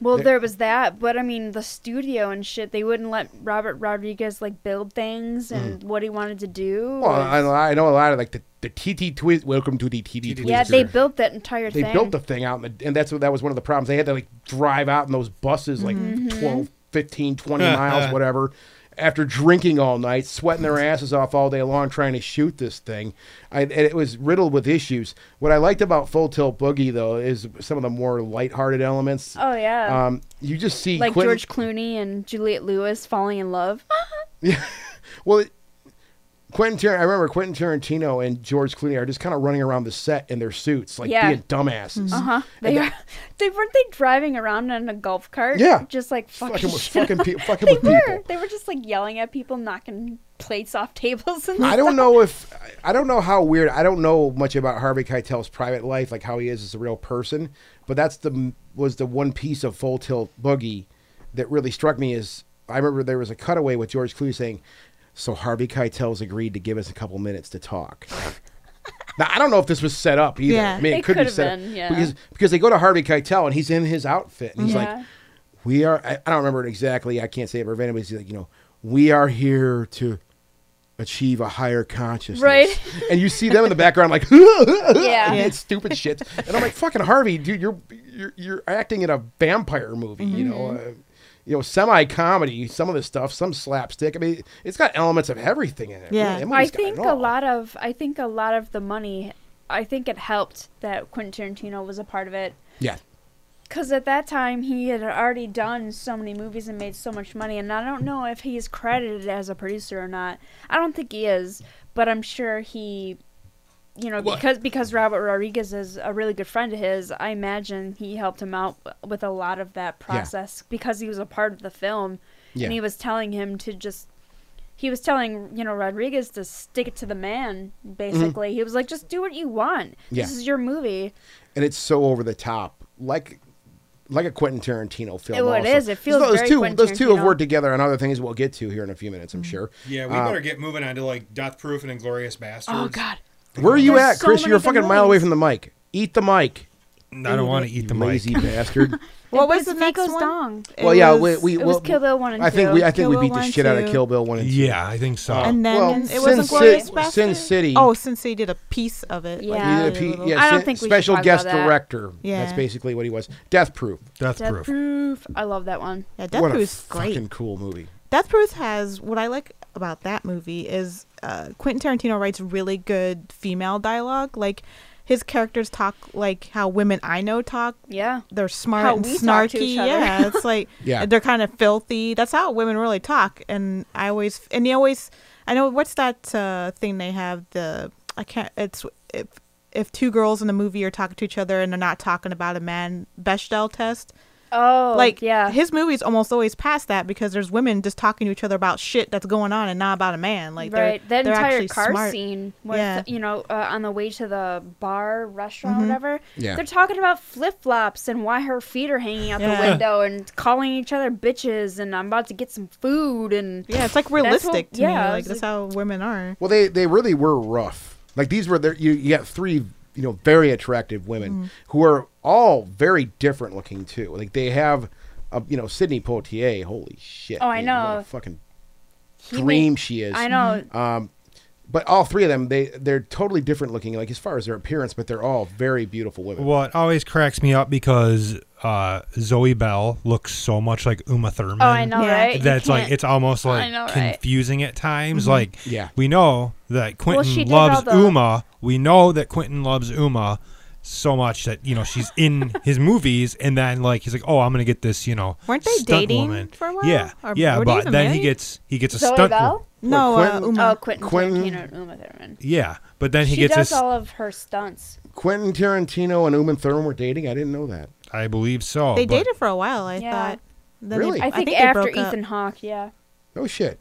Well, there was that, but I mean, the studio and shit, they wouldn't let Robert Rodriguez like build things and what he wanted to do.
Mm. well,
and-
I, I know a lot of like the, the TT twist. Welcome to the TT Twister.
yeah, they built that entire
They
thing.
built the thing out, in the, and that's what that was one of the
Mm-hmm.
problems. They had to like drive out in those buses like twelve, fifteen, twenty 12, 15, 20 miles, whatever. after drinking all night, sweating their asses off all day long trying to shoot this thing. I, and it was riddled with issues. What I liked about Full Tilt Boogie though is some of the more lighthearted elements.
Oh, yeah.
Um, you just see
like
Quentin-
George Clooney and Juliet Lewis falling in love.
Well, it, Quentin Tar- I remember Quentin Tarantino and George Clooney are just kind of running around the set in their suits, like
Yeah.
being dumbasses.
Uh huh. They are. *laughs* They weren't they driving around in a golf cart?
Yeah.
Just like fucking
Fucking with,
shit
fucking,
up.
pe- fucking
*laughs* They
with people.
were. They were just like yelling at people, knocking plates off tables and.
I don't know if I don't know how weird. I don't know much about Harvey Keitel's private life, like how he is as a real person. But that's the was the one piece of Full Tilt Boogie that really struck me is I remember there was a cutaway with George Clooney saying, "So Harvey Keitel's agreed to give us a couple minutes to
*laughs*
talk." now I don't know if this was set up either.
Yeah.
I mean, it,
It
could be
could've
set up
been, yeah.
because because they go to Harvey Keitel and he's in his outfit and he's
Yeah.
like, "We are." I, I don't remember it exactly. I can't say it verbatim. But he's like, you know, we are here to achieve a higher consciousness.
Right.
*laughs* And you see them in the background like, *laughs*
Yeah.
it's stupid shit. And I'm like, fucking Harvey, dude, you're you're, you're acting in a vampire movie, you know.
Mm-hmm.
Uh, you know, semi comedy, some of this stuff, some slapstick. I mean, it's got elements of everything in it.
Yeah.
That
I
movie's got
think
it all.
a lot of I think a lot of the money. I think it helped that Quentin Tarantino was a part of it.
Yeah.
Because at that time, he had already done so many movies and made so much money, and I don't know if he's credited as a producer or not. I don't think he is, but I'm sure he, you know,
Well-
because because Robert Rodriguez is a really good friend of his, I imagine he helped him out with a lot of that process because he was a part of the film,
Yeah.
and he was telling him to just. He was telling you know Rodriguez to stick it to the man. Basically, he was like, "Just do what you want.
Mm-hmm. Yeah.
This is your movie."
and it's so over the top, like like a Quentin Tarantino film.
Well, it
also.
is. It feels
those
very
two.
Quentin
those two have
Tarantino. Mm-hmm.
worked together on other things we'll get to here in a few minutes. I'm sure.
Yeah, we better get moving on to like Death Proof and Inglorious Bastards.
Oh God,
Where are you
There's
at,
so
Chris?
many
You're a
good
fucking mile away
movies.
from the mic. Eat the mic.
I don't want to eat the mic.
*laughs* lazy bastard.
What
It
was the
was
next
Fico's
one?
dong.
It
well, yeah, we,
was-
we
It
well,
was Kill Bill one and
I think
two.
we I think
Kill
we beat
Bill
the
1,
shit out of
2.
Kill Bill one and two.
Yeah, I think so.
And then
Well,
it wasn't
Sin
Glorious
Ci-
Bastard?
Sin City.
Oh, since he did a piece of it. like,
He
Yeah.
really
did a P-
little.
yeah,
I don't
Sin-
think we should
special
talk about
guest
that.
director. That's
Yeah.
basically what he was. Death Proof.
Death,
Death
Proof.
Proof. I love that one.
Yeah, Death
what
Proof
a
is great.
fucking cool movie.
Death Proof has what I like about that movie is uh, Quentin Tarantino writes really good female dialogue. Like his characters talk like how women I know talk.
Yeah.
They're smart
How
and
we
snarky.
talk to each other.
Yeah, it's like
*laughs* Yeah.
they're kind of filthy. That's how women really talk. And I always and they always I know what's that uh, thing they have the I can't it's if if two girls in the movie are talking to each other and they're not talking about a man Bechdel test
Oh,
like
yeah.
his movies almost always pass that because there's women just talking to each other about shit that's going on and not about a man like they're-
right. That
they're
entire
actually
car
smart.
scene, with,
Yeah. Mm-hmm.
you know, uh, on the way to the bar, restaurant, whatever.
Yeah.
They're talking about flip flops and why her feet are hanging out
Yeah.
the window and calling each other bitches and I'm about to get some food and
yeah it's like
what-
realistic to
yeah, I
me like
was
that's
like-
how women are
Well, they they really were rough. Like these were their, you you got three you know very attractive women
Mm-hmm.
who are all very different looking too. Like they have a you know Sydney Poitier. Holy shit!
Oh, I
dude, what a
know.
fucking
He made-
dream she is.
I know.
Mm-hmm.
Oh,
Um, but all three of them they they're totally different looking. Like as far as their appearance, but they're all very beautiful women.
Well, it always cracks me up because uh, Zoe Bell looks so much like Uma Thurman.
oh, I know,
Yeah.
right? You
Uh-huh. That's like
can't-
it's almost
I
like
know, right?
confusing at times. Like
Yeah.
we know that Quentin
she did all
loves
the-
Uma. We know that Quentin loves Uma so much that you know she's
*laughs*
in his movies, and then like he's like, oh, I'm gonna get this, you know,
Weren't they
stunt
dating
woman.
for a while?
Yeah,
Or
yeah,
were they
but
even
then he
married?
gets he gets a
Zoe
stunt.
Bell?
wo-
no uh,
Quentin-
Uma.
Oh, Quentin,
Quentin-
Tarantino and Uma Thurman.
Yeah, but then he
she
gets
does
this.
all of her stunts.
Quentin Tarantino and Uma Thurman were dating. I didn't know that.
I believe so.
they
but-
dated for a while i
Yeah.
thought Then
Really?
they,
I think,
they
after
broke up.
Ethan Hawke, yeah.
Oh shit!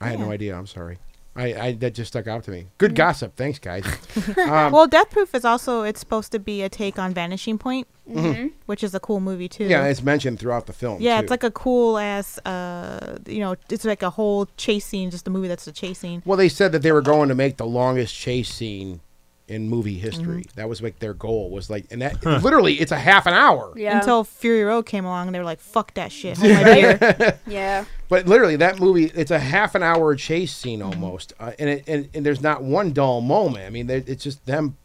I had no
Yeah.
idea. I'm sorry. I, I that just stuck out to me. Good gossip. Thanks,
*laughs*
guys. Um,
well death proof is also it's supposed to be a take on vanishing point
Mm-hmm.
which is a cool movie too
Mm-hmm. Yeah, it's mentioned throughout the film.
yeah,
too.
it's like a cool ass, uh, you know, it's like a whole chase scene, just a movie that's a chase scene.
Well, they said that they were going to make the longest chase scene in movie history.
Mm-hmm.
That was like their goal was like, and that literally it's a half an hour.
Yeah.
Until Fury Road came along and they were like, fuck that
*laughs*
shit. hold my beer."
yeah.
But literally that movie, it's a half an hour chase scene almost, uh, and, it, and and there's not one dull moment. I mean, they- it's just them.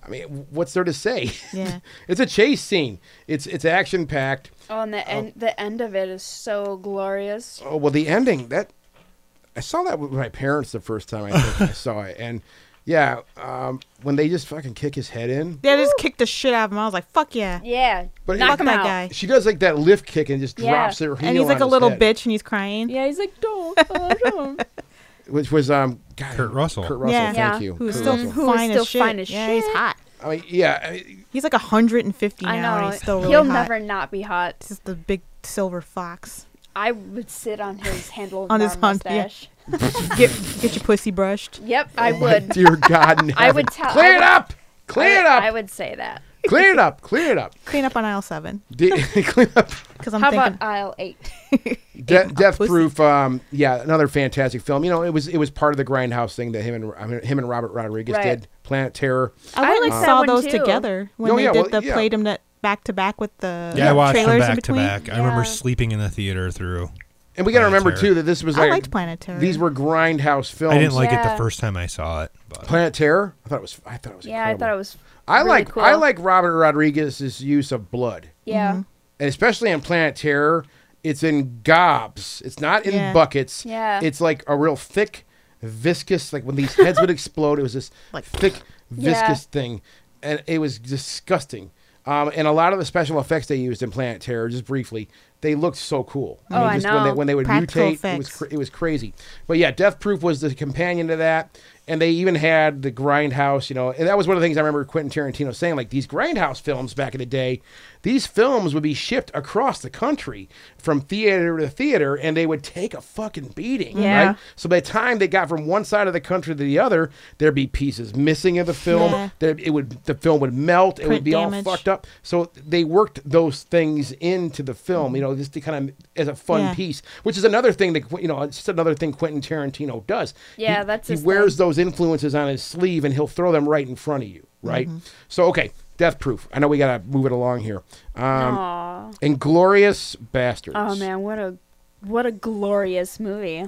I mean, what's there to say?
Yeah.
*laughs* it's a chase scene. It's it's action packed.
Oh, and the end the end of it is so glorious.
Oh well, the ending that I saw that with my parents the first time I,
*laughs*
think I saw it, and yeah, um, when they just fucking kick his head in,
They just kicked the shit out of him. I was like, fuck yeah.
Yeah,
But
knock
Fuck
him
that
out.
guy.
she does like that lift kick and just
Yeah.
drops her heel
And he's like
on
a
his
little
head,
bitch and he's crying.
Yeah, he's like
*laughs*
don't. oh, don't."
which was um God,
Kurt Russell.
Kurt Russell,
Yeah.
thank
Yeah.
you.
Who's
Kurt
still *laughs*
Russell.
Who is
fine
still
as shit.
fine as
yeah, he's
shit.
hot.
I mean, yeah, I-
*laughs* He's like 150
I
now
know.
and he's still really
He'll
hot.
never not be hot.
This is the big silver fox.
I would sit on his handle
*laughs* On
on
his
his
hunt, yeah.
mustache.
Get get your pussy brushed.
*laughs*
Yep, I
my
would.
dear God, in
I
heaven.
would tell-
Clear
I
it
would-
up, clear it
I, I
up,
would say that.
clear
*laughs*
it up, clear it up,
Clean up on aisle seven
*laughs* De- clear up.
because I'm
How
thinking
about uh, aisle eight?
De- Death
pussy.
Proof, um, yeah, another fantastic film. You know, it was it was part of the Grindhouse thing that him and I mean, him and Robert Rodriguez
Right.
did, Planet Terror.
I
I
really
like that
saw
one
those
too.
together when
Oh,
they
yeah,
did
well,
the
yeah.
played them that back to back with the
Yeah, I watched them
trailers in
back to
between.
back. I remember
Yeah.
sleeping in the theater through.
And we got to
Planet
remember
Terror.
too that this was
I
like
liked Planet Terror.
these were Grindhouse films.
I
Oh,
didn't like it
Yeah.
the first time I saw it. But.
Planet Terror. I thought it was. I thought it was.
Yeah, I
incredible.
thought it was.
I
really
like
Cool.
I like Robert Rodriguez's use of blood,
Yeah.
Mm-hmm.
and especially in Planet Terror. It's in gobs. It's not in
Yeah.
buckets.
Yeah.
It's like a real thick, viscous. Like when these heads would *laughs* explode, it was this
Like-
thick,
Yeah.
viscous thing, and it was disgusting. Um, and a lot of the special effects they used in Planet Terror, just briefly, they looked so cool.
Oh, I
just When they,
know.
when they would
Practical
mutate, it was
effects.
cra- it was crazy. But yeah, Death Proof was the companion to that, and they even had the Grindhouse. You know, and that was one of the things I remember Quentin Tarantino saying, like these Grindhouse films back in the day, these films would be shipped across the country from theater to theater, and they would take a fucking beating.
Yeah.
Right? So by the time they got from one side of the country to the other, there'd be pieces missing of the film.
Yeah.
There, it would the film would melt. it would
Print
be
damage.
all fucked up. So they worked those things into the film. You know, just to kind of as a fun
Yeah.
piece, which is another thing that Qu- you know, it's just another thing Quentin Tarantino does.
Yeah,
He-
that's
he
his
wears
thing.
those influences on his sleeve, and he'll throw them right in front of you. Right.
Mm-hmm.
So okay, Death Proof. I know we gotta move it along here. Um,
Aw.
Inglorious Bastards.
Oh man, what a what a glorious movie.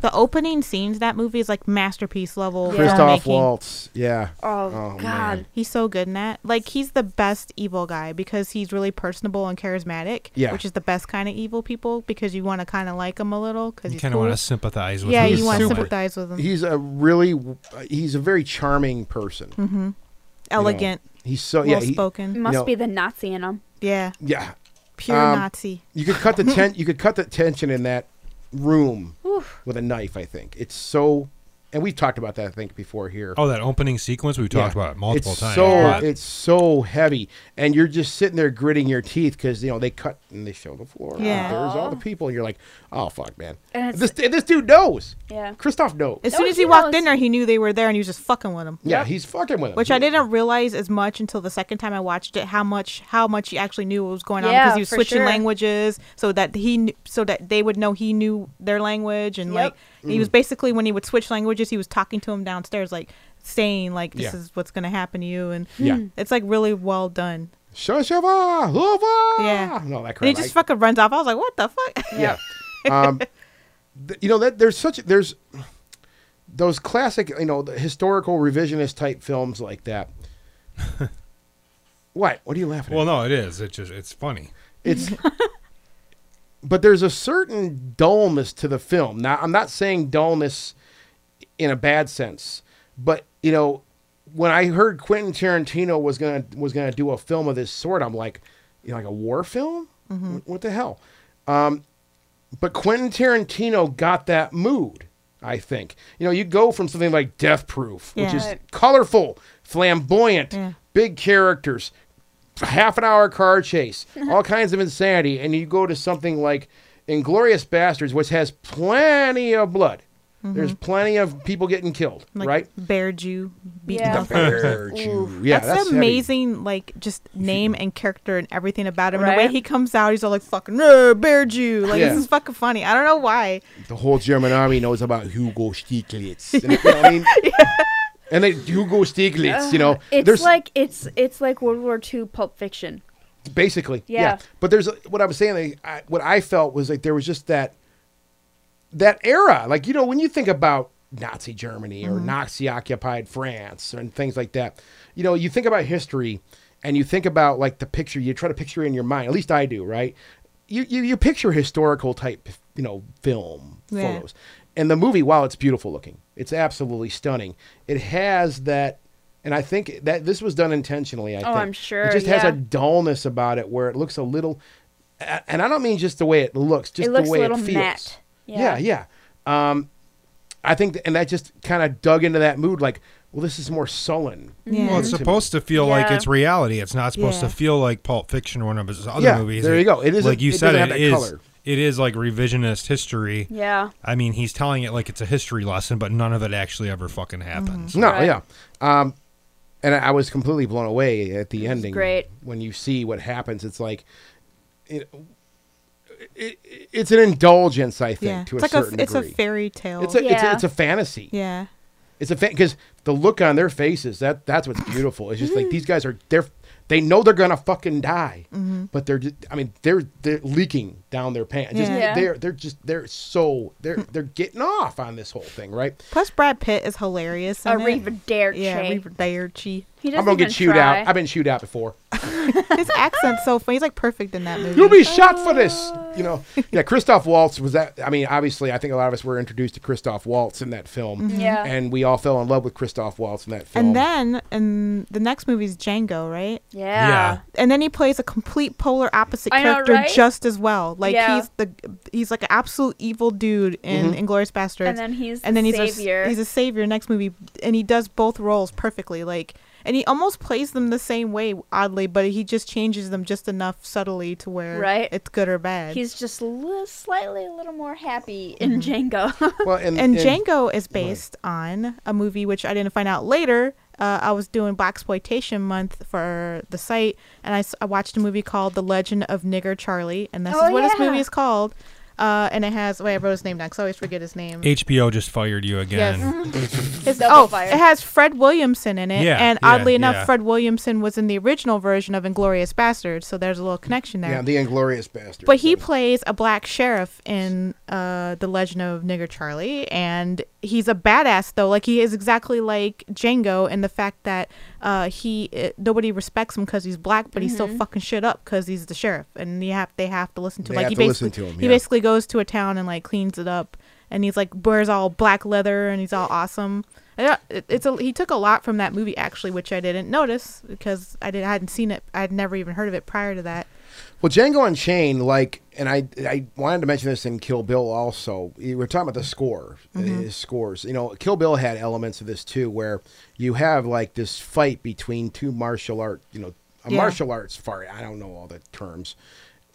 The opening scenes of that movie is like masterpiece level.
Yeah.
Christoph
filmmaking.
Waltz. Yeah.
Oh,
Oh,
God.
man.
He's so good in that. Like he's the best evil guy because he's really personable and charismatic.
Yeah.
which is the best kind of evil people because you want to kind of like him a little because
You
he's
kind of
cool.
want to sympathize with
yeah,
him
you want to
somewhat.
sympathize with him.
He's a really uh, he's a very charming person.
Mm-hmm.
you know.
Elegant,
He's so Oh, yeah.
well
he-
spoken.
Must
No.
be the Nazi in him.
yeah,
yeah.
pure
Um,
Nazi.
You could
*laughs*
cut the ten- you could cut the tension in that room with a knife, I think. It's so and we've talked about that I think before here.
Oh, that opening sequence we talked
Yeah.
about it multiple
it's
times.
So
but-
it's so heavy, and you're just sitting there gritting your teeth because you know they cut and they show the floor. and
Yeah.
there's all the people. And you're like, oh fuck, man.
And it's-
this this dude knows.
Yeah.
Christoph knows.
As
No,
soon as
he
he walked in
knows.
there, he knew they were there, and he was just fucking with them.
yeah, he's fucking with him.
Which I didn't realize as much until the second time I watched it, how much how much he actually knew what was going on
Yeah,
because he was
for
switching
sure.
languages so that he kn- so that they would know he knew their language and
Yep.
like he
Mm-hmm.
was basically when he would switch languages, he was talking to him downstairs like saying like this
Yeah.
is what's going to happen to you and
Yeah.
it's like really well done.
Shoshava, Hova.
Yeah.
Ah, No, that crap.
And he
I-
just fucking runs off. I was like, what the fuck? *laughs*
yeah. um, th- you know that there's such there's those classic you know the historical revisionist type films like that. what? What are you laughing?
well,
at?
no, it is. It just it's funny.
It's. but there's a certain dullness to the film. Now I'm not saying dullness in a bad sense, but you know when I heard Quentin Tarantino was gonna was gonna do a film of this sort, I'm like, you know, like a war film? What, what the hell? But Quentin Tarantino got that mood, I think. You know, you go from something like Death Proof, which
Yeah.
is
Right.
colorful, flamboyant,
Yeah.
big characters, half an hour car
*laughs*
chase, all kinds of insanity, and you go to something like Inglorious Bastards, which has plenty of blood. There's plenty of people getting killed,
Mm-hmm. Like,
right?
Bear Jew beating
Yeah.
up.
Bear Jew. yeah,
that's,
heavy.
amazing, like just name and character and everything about him. And the way
Right?
he comes out, he's all like fucking "Nah, bear Jew. Like
Yeah.
this is fucking funny. I don't know why.
the whole German army knows about Hugo
*laughs*
Stieglitz. You know what I mean? And then Hugo Stieglitz, you know,
It's
there's
like it's it's like World War II Pulp Fiction.
basically yeah.
Yeah.
but there's what i'm saying like, I, what i felt was like there was just that that era like you know when you think about nazi germany or nazi occupied france and things like that you know you think about history and you think about like the picture, you try to picture it in your mind. At least I do, right? You you, you picture historical type, you know, film
Yeah.
photos. And the movie, while it's beautiful looking, it's absolutely stunning. It has that, and I think that this was done intentionally. I
Oh,
think.
I'm sure,
It just has a
yeah.
dullness about it where it looks a little, a- and I don't mean just the way it looks, just
It looks
the
a
way
little
it feels.
matte.
yeah,
Yeah.
yeah. Um, I think, th- and that just kind of dug into that mood. Like, well, this is more sullen.
Mm-hmm.
Yeah.
Well, it's
to me.
supposed to feel like
Yeah.
it's reality. It's not supposed
Yeah.
to feel like Pulp Fiction or one of his other
Yeah,
movies.
there you go. It isn't-
like you
it
said.
doesn't have
It is.
that color.
It is like revisionist history.
Yeah.
I mean, he's telling it like it's a history lesson, but none of it actually ever fucking
Mm-hmm.
happens.
No,
Right.
yeah. Um, and I I was completely blown away at the ending.
great.
When you see what happens, it's like, it, it, it's an indulgence, I think,
yeah.
to
it's
a
like
certain
a, it's a
degree.
fairy tale.
it's a, it's a
Yeah.
it's a fantasy.
yeah.
It's a because the look on their faces that that's what's beautiful. It's just like these guys are they're they know they're gonna fucking die,
Mm-hmm.
but they're just, I mean they're they're leaking down their pants. Just,
Yeah. Yeah.
They're they're just they're so they're they're getting off on this whole thing, right?
Plus, Brad Pitt is hilarious. In it.
Arrivederci.
Yeah,
Yeah,
Arrivederci.
he doesn't
I'm gonna get
even
chewed
try.
out. I've been chewed out before.
His accent's so funny. He's like perfect in that movie.
You'll be shot for this. You know,
Oh.
yeah. Christoph Waltz was that. I mean, obviously, I think a lot of us were introduced to Christoph Waltz in that film.
Mm-hmm. Yeah.
and we all fell in love with Christoph Waltz in that film.
and then, and the next movie's Django, right?
yeah.
Yeah.
and then he plays a complete polar opposite
I know,
character
right?
just as well. Like
Yeah.
he's the he's like an absolute evil dude in Inglorious Bastards,
And then he's
and then
the
he's
savior.
A, he's a savior next movie, and he does both roles perfectly. Like, and he almost plays them the same way, oddly, but he just changes them just enough subtly to where
Right.
it's good or bad.
He's just a little, slightly a little more happy in Django. *laughs*
well, and, and-
and Django is based on a movie which I didn't find out later. Uh, I was doing black exploitation month for the site, and I, s- I watched a movie called The Legend of Nigger Charlie, and this
Oh,
is what this
yeah.
movie is called. Uh, and it has wait, I wrote his name next. I always forget his name.
HBO just fired you again.
His-
Double
oh,
fire.
it has Fred Williamson in it,
Yeah,
and
yeah,
oddly enough,
yeah.
Fred Williamson was in the original version of Inglorious Bastards, so there's a little connection there.
yeah, the Inglorious Bastard.
But he plays a black sheriff in uh, The Legend of Nigger Charlie, and he's a badass though. Like he is exactly like Django in the fact that uh, he uh, nobody respects him because he's black, but he's still fucking shit up because he's the sheriff, and you have they have to listen to him.
They
like
have
he
to
basically
listen to him,
he
yeah.
basically goes to a town and like cleans it up, and he's like wears all black leather and he's all awesome. Yeah, it- it's a, he took a lot from that movie actually, which I didn't notice because I did I hadn't seen it. I'd never even heard of it prior to that.
Well, Django Unchained, like, and I, I wanted to mention this in Kill Bill also. We We're talking about the score, uh,
Mm-hmm.
his scores. You know, Kill Bill had elements of this too, where you have like this fight between two martial art, you know, a
Yeah.
martial arts fight. I don't know all the terms,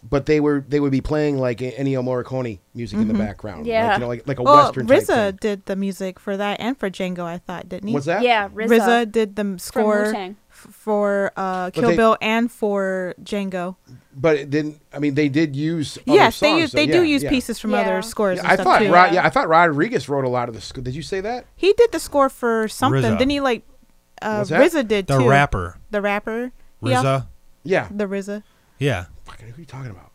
but they were they would be playing like Ennio Morricone music in the background, like,
Yeah.
you know, like like a
Mm-hmm. Well,
western. type
RZA
thing.
did the music for that and for Django, I thought, didn't he?
What's that?
yeah,
RZA,
RZA.
did the m- score
Wu-Tang.
f- for uh, Kill
they-
Bill and for Django.
but it didn't. I mean, they did use. other
Yes, they
songs,
use
though.
they
Yeah,
do use
yeah.
pieces from
Yeah.
other scores.
Yeah,
and
I
stuff
thought,
too.
Rod, yeah, I thought Rodriguez wrote a lot of the. sc- Did you say that?
he did the score for something.
RZA.
Didn't he? Like uh,
What's that?
RZA did *laughs*
The
too.
rapper
the rapper. He
RZA.
al-
Yeah.
the RZA.
Yeah,
Fucking, who are you talking about?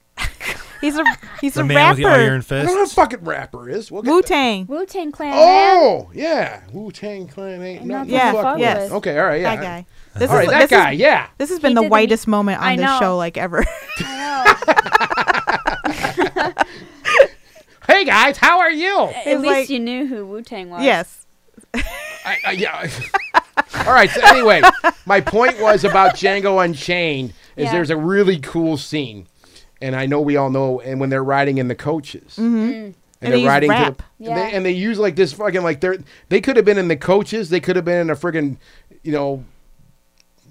He's a he's
the
a
man with the
rapper.
iron
I don't know what
fist.
fucking rapper is. We'll get
Wu
to-
Tang.
Wu Tang Clan. man.
Oh yeah, Wu Tang Clan ain't
I'm
nothing.
not
Yeah,
to fuck with.
yes.
Okay, all right, yeah.
That guy. This
All right,
is
that
this
guy.
Is,
yeah.
this has been
He
the
did an-
whitest moment on
I
this
know.
show like ever. *laughs*
Hey guys, how are you?
At
It's
least
like-
you knew who Wu Tang was.
yes.
I, I, yeah. *laughs* all right. So anyway, my point was about Django Unchained. Is
Yeah.
there's a really cool scene, and I know we all know. And when they're riding in the coaches.
Mm-hmm. And they use rap.
to the,
Yeah.
and, they, and they use like this fucking like they're they could have been in the coaches they could have been in a friggin' you know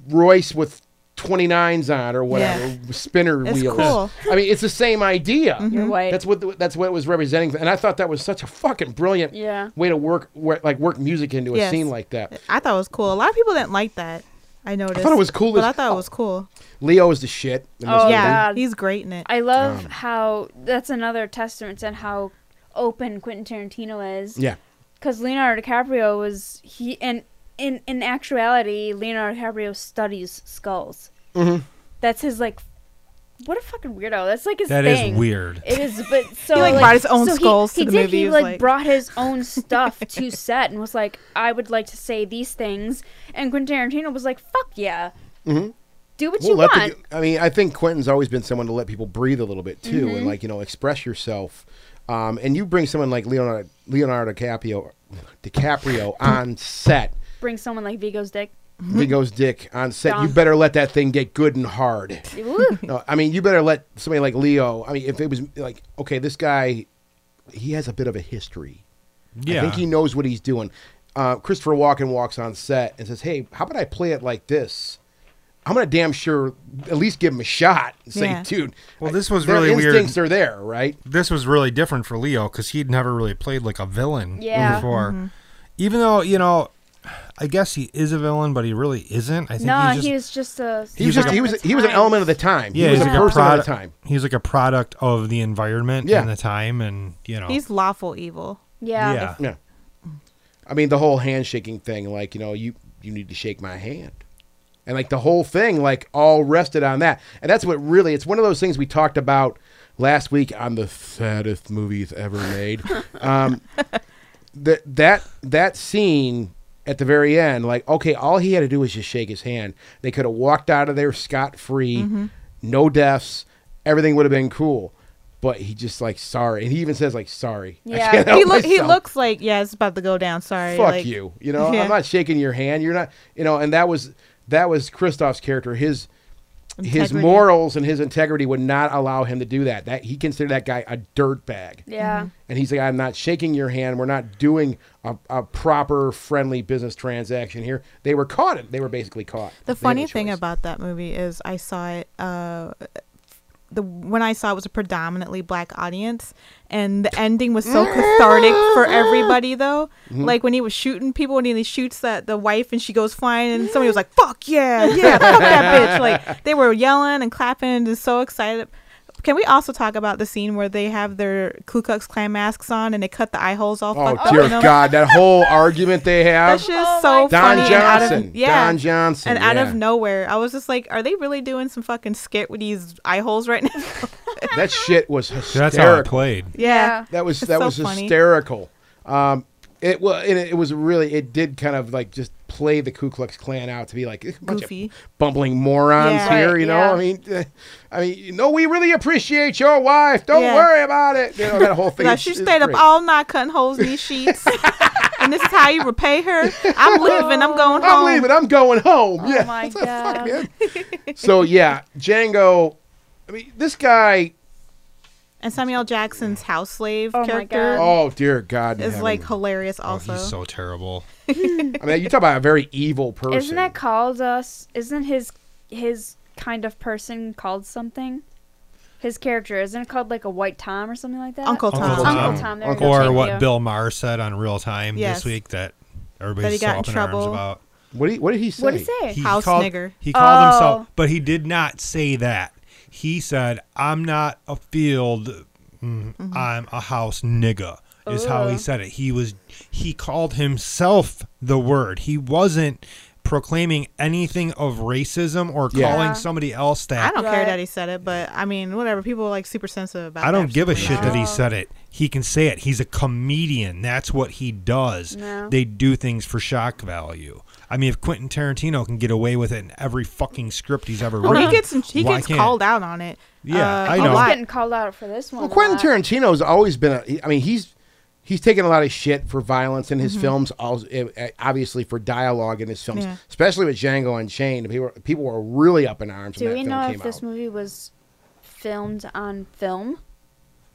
Royce with 29s on or whatever spinner
It's
wheels
cool. Mm-hmm.
I mean it's the same idea
You're white.
that's what the, that's what it was representing and I thought that was such a fucking brilliant
Yeah.
way to work wor- like work music into a
Yes.
scene like that
I thought it was cool. A lot of people didn't like that. I noticed.
was cool
But
as
I thought it
hell.
was cool.
Leo is the shit in this
Oh,
movie.
yeah,
God.
he's great in it.
I love how that's another testament to how open Quentin Tarantino is.
yeah
Because Leonardo DiCaprio was he and in in actuality Leonardo DiCaprio studies skulls.
Mm-hmm.
That's his like. What a fucking weirdo! That's like his
That is
thing.
weird.
It is,
*laughs*
but so
He, like, brought his own
so he-
skulls to
he
the
did,
movie. He
He
was
like,
like-
brought his
*laughs*
own stuff to set and was like, "I would like to say these things," and Quentin Tarantino was like, "Fuck yeah." do what
Mm-hmm. We'll
you
let the-
want.
I mean, I think Quentin's always been someone to let people breathe a little bit too,
Mm-hmm.
and like you know, express yourself. Um, and you bring someone like Leonardo Leonardo DiCaprio,
*laughs*
DiCaprio on set.
Bring someone like
*laughs*
Vigo's dick.
Vigo's dick on set. You
Yeah.
better let that thing get good and hard.
Ooh.
No, I mean, you better let somebody like Leo. I mean, if it was like, okay, this guy, he has a bit of a history. I
Yeah.
think he knows what he's doing. Uh, Christopher Walken walks on set and says, "Hey, how about I play it like this?" I'm gonna damn sure at least give him a shot. And say,
Yeah.
dude.
Well,
I-
this was
their
really weird.
Instincts are there, right?
this was really different for Leo because he'd never really played like a villain
Yeah.
before. Even though you know, I guess he is a villain, but he really isn't. I think
No,
he's just,
he was just a.
He was just he was he was an element of the time.
yeah,
he was
he's
a
like a
person of the
product.
time.
He's like a product of the environment
Yeah.
and the time, and you know,
He's lawful evil.
Yeah.
yeah,
Yeah. I mean, the whole handshaking thing, like, you know, you, you need to shake my hand. And like the whole thing, like, all rested on that. And that's what really, it's one of those things we talked about last week on the saddest movies ever made. um, that, that, that scene at the very end, like, okay, all he had to do was just shake his hand. They could have walked out of there scot free, no deaths, everything would have been cool. But he just like sorry, and he even says like sorry. I
Yeah.
can't
He
He
help
look he
myself
looks like yeah, it's about to go down. Sorry.
fuck
like-
you. You know,
Yeah.
I'm not shaking your hand. You're not. You know, and that was that was Christoph's character. His his
Integrity.
morals and his integrity would not allow him to do that. That he considered that guy a dirt bag.
Yeah.
And he's like, I'm not shaking your hand. We're not doing a, a proper friendly business transaction here. They were caught. They were basically caught. They
The
had
funny
no
thing
choice.
about that movie is I saw it. Uh, the when I saw it was a predominantly black audience, and the ending was so cathartic for everybody. Though,
Mm-hmm.
like when he was shooting people, and he shoots that the wife, and she goes flying, and somebody was like, "Fuck yeah, yeah, *laughs* fuck that bitch!" Like they were yelling and clapping and just so excited. Can we also talk about the scene where they have their Ku Klux Klan masks on and they cut the eye holes off?
oh dear God, that
*laughs*
whole argument they have.
That's just so
Don
funny. and out of-
Johnson.
yeah.
Don Johnson.
And out
yeah.
of nowhere, I was just like, "Are they really doing some fucking skit with these eye holes right now?" *laughs*
that shit was hysterical.
that's how it played.
Yeah.
That was
It's
that
so
was
funny.
hysterical. Um, it was and it was really it did kind of like just play the Ku Klux Klan out to be like a bunch of
Goofy.
bumbling morons
Yeah.
here.
Right,
You know,
yeah.
I mean, eh, I mean, no, we really appreciate your wife. Don't
Yeah.
worry about it. You know that whole thing.
*laughs* Like
is-
she
is
stayed up
great.
all night cutting holes in these sheets,
*laughs*
and this is how you repay her. I'm leaving. I'm going
I'm
home.
leaving. I'm going home.
Oh
yeah.
my
Fuck,
God.
man. *laughs* so yeah, Django. I mean, this guy.
And Samuel Jackson's house slave
Oh my
character
God.
Oh dear God. in
is
heaven.
like hilarious.
Oh,
Also,
he's so terrible.
I mean, you talk about a very evil person.
Isn't that called us? Isn't his his kind of person called something? His character isn't it called like a White Tom or something like that?
Uncle Tom.
Uncle Tom.
Uncle Tom. There we go,
Or
thank
what
you.
Bill Maher said on Real Time
Yes.
this week that
That he
everybody's
got
so up
in
in arms
trouble.
about.
What did he, what did he say?
What did he say?
He
House
called,
nigger.
He called
Oh.
himself, but he did not say that. He said, "I'm not a field. mm, I'm a house nigga." Is how he
Ooh.
said it. He was. He called himself the word. He wasn't proclaiming anything of racism or
Yeah.
calling
Yeah.
somebody else that.
I don't care
Right.
that he said it, but I mean, whatever. People are like super sensitive about.
I don't
that
give a
for some
shit
reason.
that he
Oh.
said it. He can say it. He's a comedian. That's what he does.
No.
They do things for shock value. I mean, if Quentin Tarantino can get away with it in every fucking script he's ever
Well,
written,
Oh, he gets he
why
gets
can't?
called out on it.
Yeah,
uh,
I
a
know.
He's
lot.
getting called out for this one.
Well,
a
Quentin
lot.
Tarantino's always been. A, I mean, he's he's taken a lot of shit for violence in his
Mm-hmm.
films. als- eh, eh, Obviously, for dialogue in his films,
Yeah.
especially with Django Unchained, people were- people were really up in arms
Do
when that
we
film
know
came
if this
out.
movie was filmed on film?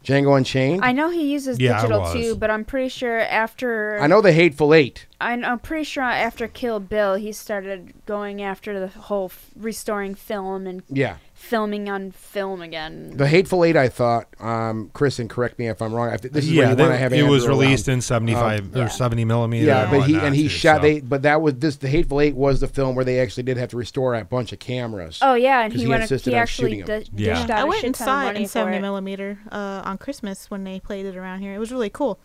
Django Unchained.
I know he uses
Yeah, I
digital
was.
too, but I'm pretty sure after
I know the Hateful Eight.
I kn- I'm pretty sure after Kill Bill, he started going after the whole f- restoring film and
Yeah,
filming on film again.
the Hateful Eight. I thought, um, Chris, and correct me if I'm wrong. I, th- this is where
yeah,
you
they-
want to have
it was
Andrew around. Oh,
released in 75 or 70 millimeter.
um, Yeah, but he
whatnot,
and he
too,
shot.
so.
They but that was this. The Hateful Eight was the film where they actually did have to restore a bunch of cameras.
Oh yeah, and
'Cause
he,
he
went.
insisted
He
on
actually
shooting
di-
him.
dished
Yeah.
out
I
a
went
shit
and
ton of
saw it
money
in
for
70
it.
millimeter uh, on Christmas when they played it around here. It was really cool.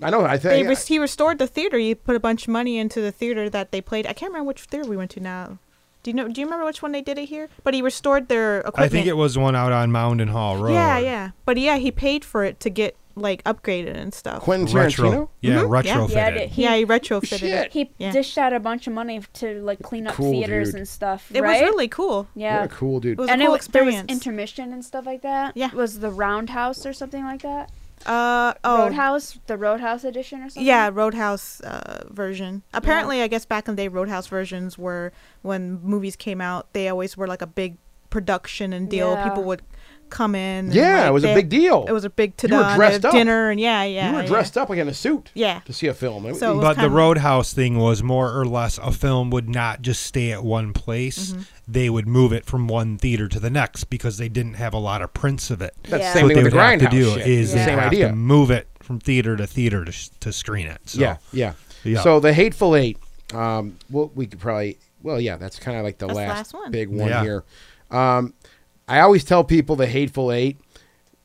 I know. I
They
think
res- he restored the theater. He put a bunch of money into the theater that they played. I can't remember which theater we went to now. Do you know? Do you remember which one they did it here? But he restored their equipment.
I think it was one out on Mound and Hall Road.
Yeah, yeah. But yeah, he paid for it to get like upgraded and stuff.
Quentin Tarantino.
Retro, yeah,
Mhm. Yeah.
retrofitted.
Yeah, he,
yeah, he retrofitted
Shit.
it.
he
Yeah.
dished out a bunch of money to like clean up
Cool,
theaters
dude.
and stuff.
It
right?
was really cool.
yeah.
What a cool dude.
It was
and
a cool
it was, there was
experience.
intermission and stuff like that.
Yeah.
Was the Roundhouse or something like that?
uh oh.
Roadhouse, the Roadhouse edition or something.
Yeah, Roadhouse uh, version. Apparently, I guess back in the day, Roadhouse versions were when movies came out. They always were like a big production and deal.
Yeah.
People would come in. and,
Yeah,
like,
it was a
they-
big deal.
It was a big to
You were dressed up.
dinner and yeah, yeah.
you were
yeah.
dressed up like in a suit.
Yeah.
To see a film. It-
So-
but the
kinda-
Roadhouse thing was more or less a film would not just stay at one place. They would move it from one theater to the next because they didn't have a lot of prints of it.
that's
Yeah.
the same
what
thing
they
with
would
the
have to
grindhouse.
do
shit.
is they
the same
have
idea.
to move it from theater to theater to, sh- to screen it. So.
Yeah, yeah,
Yeah.
So the Hateful Eight. Um, well, we could probably. Well, yeah, that's kind of like the
That's the
last,
last one.
big one
Yeah.
here. Um, I always tell people the Hateful Eight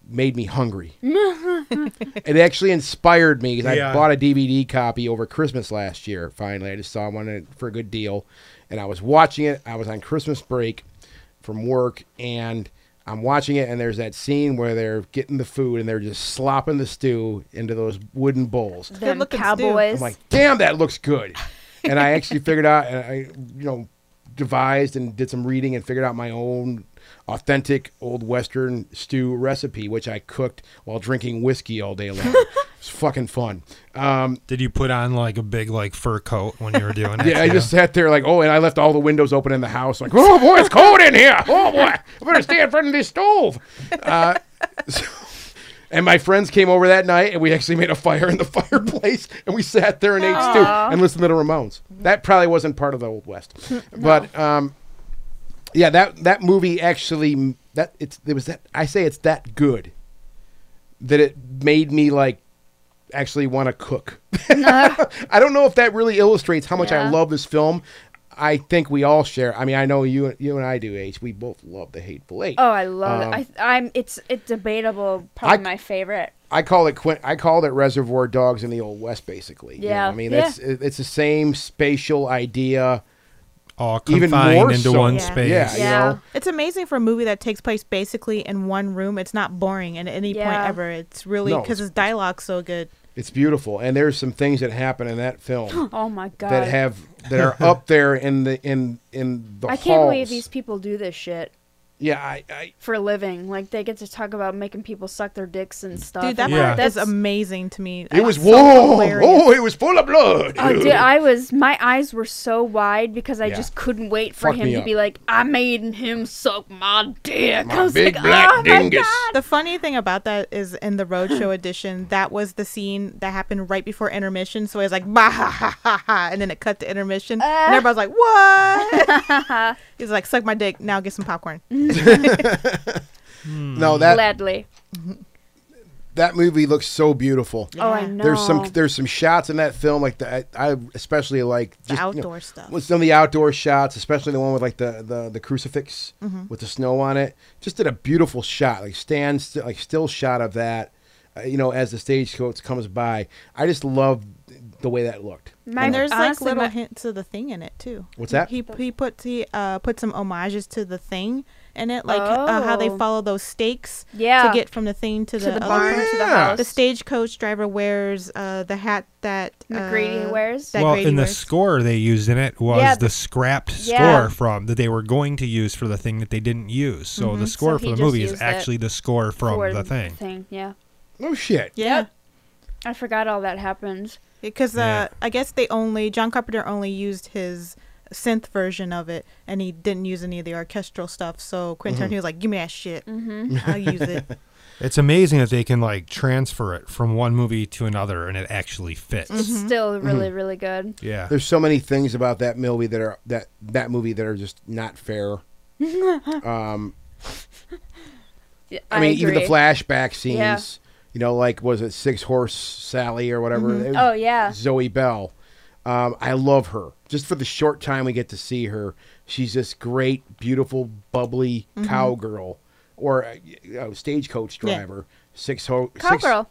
made me
*laughs*
hungry. it actually inspired me 'cause I
Yeah.
bought a DVD copy over Christmas last year. Finally, I just saw one at- for a good deal, and I was watching it. I was on Christmas break from work, and I'm watching it. And there's that scene where they're getting the food and they're just slopping the stew into those wooden bowls.
Them
looking stew.
cowboys.
I'm like, damn, that looks good. And I actually figured out, and I, you know, devised and did some reading and figured out my own authentic old Western stew recipe, which I cooked while drinking whiskey all day long. *laughs* it's fucking fun. Um,
Did you put on like a big like fur coat when you were
*laughs*
doing it?
yeah, I
too?
just sat there like, oh, and I left all the windows open in the house. Like, oh boy, it's cold in here. Oh boy, I better stay in front of this stove. Uh, *laughs* so- and my friends came over that night, and we actually made a fire in the *laughs* fireplace, and we sat there and ate stew and listened to the Ramones. That probably wasn't part of the Old West, but um, yeah, that that movie actually that it's it was that I say it's that good that it made me like actually want to cook. *laughs* I don't know if that really illustrates how much I
Uh-huh. Yeah.
love this film. I think we all share. I mean, I know you you and I do, H. We both love the Hateful Eight.
oh, I love it. I, I'm. It's it's debatable. Probably
Um, I-
my favorite.
I call it Quint. I called it Reservoir Dogs in the Old West, basically. You know,
Yeah.
I mean,
Yeah.
that's it- it's the same spatial idea.
all
Even
confined
more
into
so.
one
Yeah.
space.
Yeah,
Yeah.
you know.
It's amazing for a movie that takes place basically in one room. It's not boring at any
Yeah.
point ever. It's really
No,
because his dialogue's so good.
It's beautiful, and there's some things that happen in that film
*gasps* Oh my god.
that have that are
*laughs*
up there in the in in the
I can't believe
halls.
these people do this shit
Yeah, I, I
for a living. Like they get to talk about making people suck their dicks and
Oh,
stuff.
Dude, that
and
Yeah.
part
that's
is amazing to me.
it was
So
*laughs* warm.
hilarious.
Oh, it was full of blood.
Oh, dude, I was my eyes were so wide because I
Yeah.
just couldn't wait for
Fuck
him
me
to
up.
be like, "I made him suck my dick." I
My
was
big
like,
black
"Oh
dingus.
The funny thing about that is in the roadshow edition, that was the scene that happened right before intermission. So it was like, bah, ha, ha, ha, ha, and then it cut to intermission,
Uh.
and everybody's like, what?
*laughs*
He's like, suck my dick. Now get some popcorn.
Mm-hmm.
no,
my god!"
that
Gladly.
that movie looks so beautiful.
Oh, I know.
There's some there's some shots in that film like that I, I especially like
The
you know,
outdoor stuff.
with some of the outdoor shots, especially the one with like the the, the crucifix
Mm-hmm.
with the snow on it. Just did a beautiful shot, like stands st- like still shot of that. Uh, you know, as the stagecoach comes by, I just love the way that looked.
My-
And there's like
honestly,
little
my-
hints of the thing in it too.
What's that?
He he puts he uh put some homages to the thing in it, like uh, how they
Oh.
follow those stakes
Yeah.
to get from the thing to,
to the
other
barn,
part.
to the
Yeah.
house.
The stagecoach driver wears uh the hat that uh,
McGrady wears.
That
well,
Grady
in the
wears.
score they used in it was
Yeah,
the
the-
scrapped
yeah.
score from that they were going to use for the thing that they didn't use. So the score
Mm-hmm. he
for the
just
movie is
used it
actually the score from
for
the thing.
Yeah,
No shit.
Yeah.
I forgot all that happened.
Because
Yeah.
uh, I guess they only John Carpenter only used his synth version of it, and he didn't use any of the orchestral stuff. So Quentin
Mm-hmm.
Tarantino was like, "Give me that shit,
Mm-hmm.
*laughs* I'll
*laughs*
use it."
It's amazing that they can like transfer it from one movie to another and it actually fits.
It's
Mm-hmm.
still really, really good.
Yeah.
There's so many things about that movie that are that that movie that are just not fair.
Yeah,
I, mean, even the
agree.
flashback scenes.
Yeah.
You know, like was it Six Horse Sally or whatever? It was
Oh, yeah.
Zoe Bell. Um, I love her. Just for the short time we get to see her, she's this great, beautiful, bubbly
Mm-hmm.
cowgirl or uh, you know, stagecoach
Yeah.
driver. Six ho-
Cowgirl.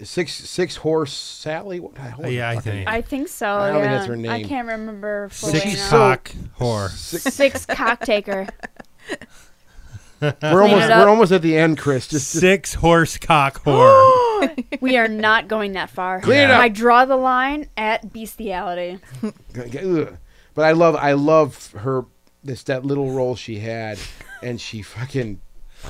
Six, six six horse Sally. What the hell?
Yeah, I think.
I think so.
I don't
yeah.
think that's her
I
name.
can't remember. fully
Six
now.
cock whore.
Six cock taker.
We're almost
it up.
we're almost at the end, Chris. Just, just
Six horse
*gasps*
cock whore.
We are not going that far.
Clean it up.
I draw the line at bestiality.
ugh. but I love I love her this that little role she had, and she fucking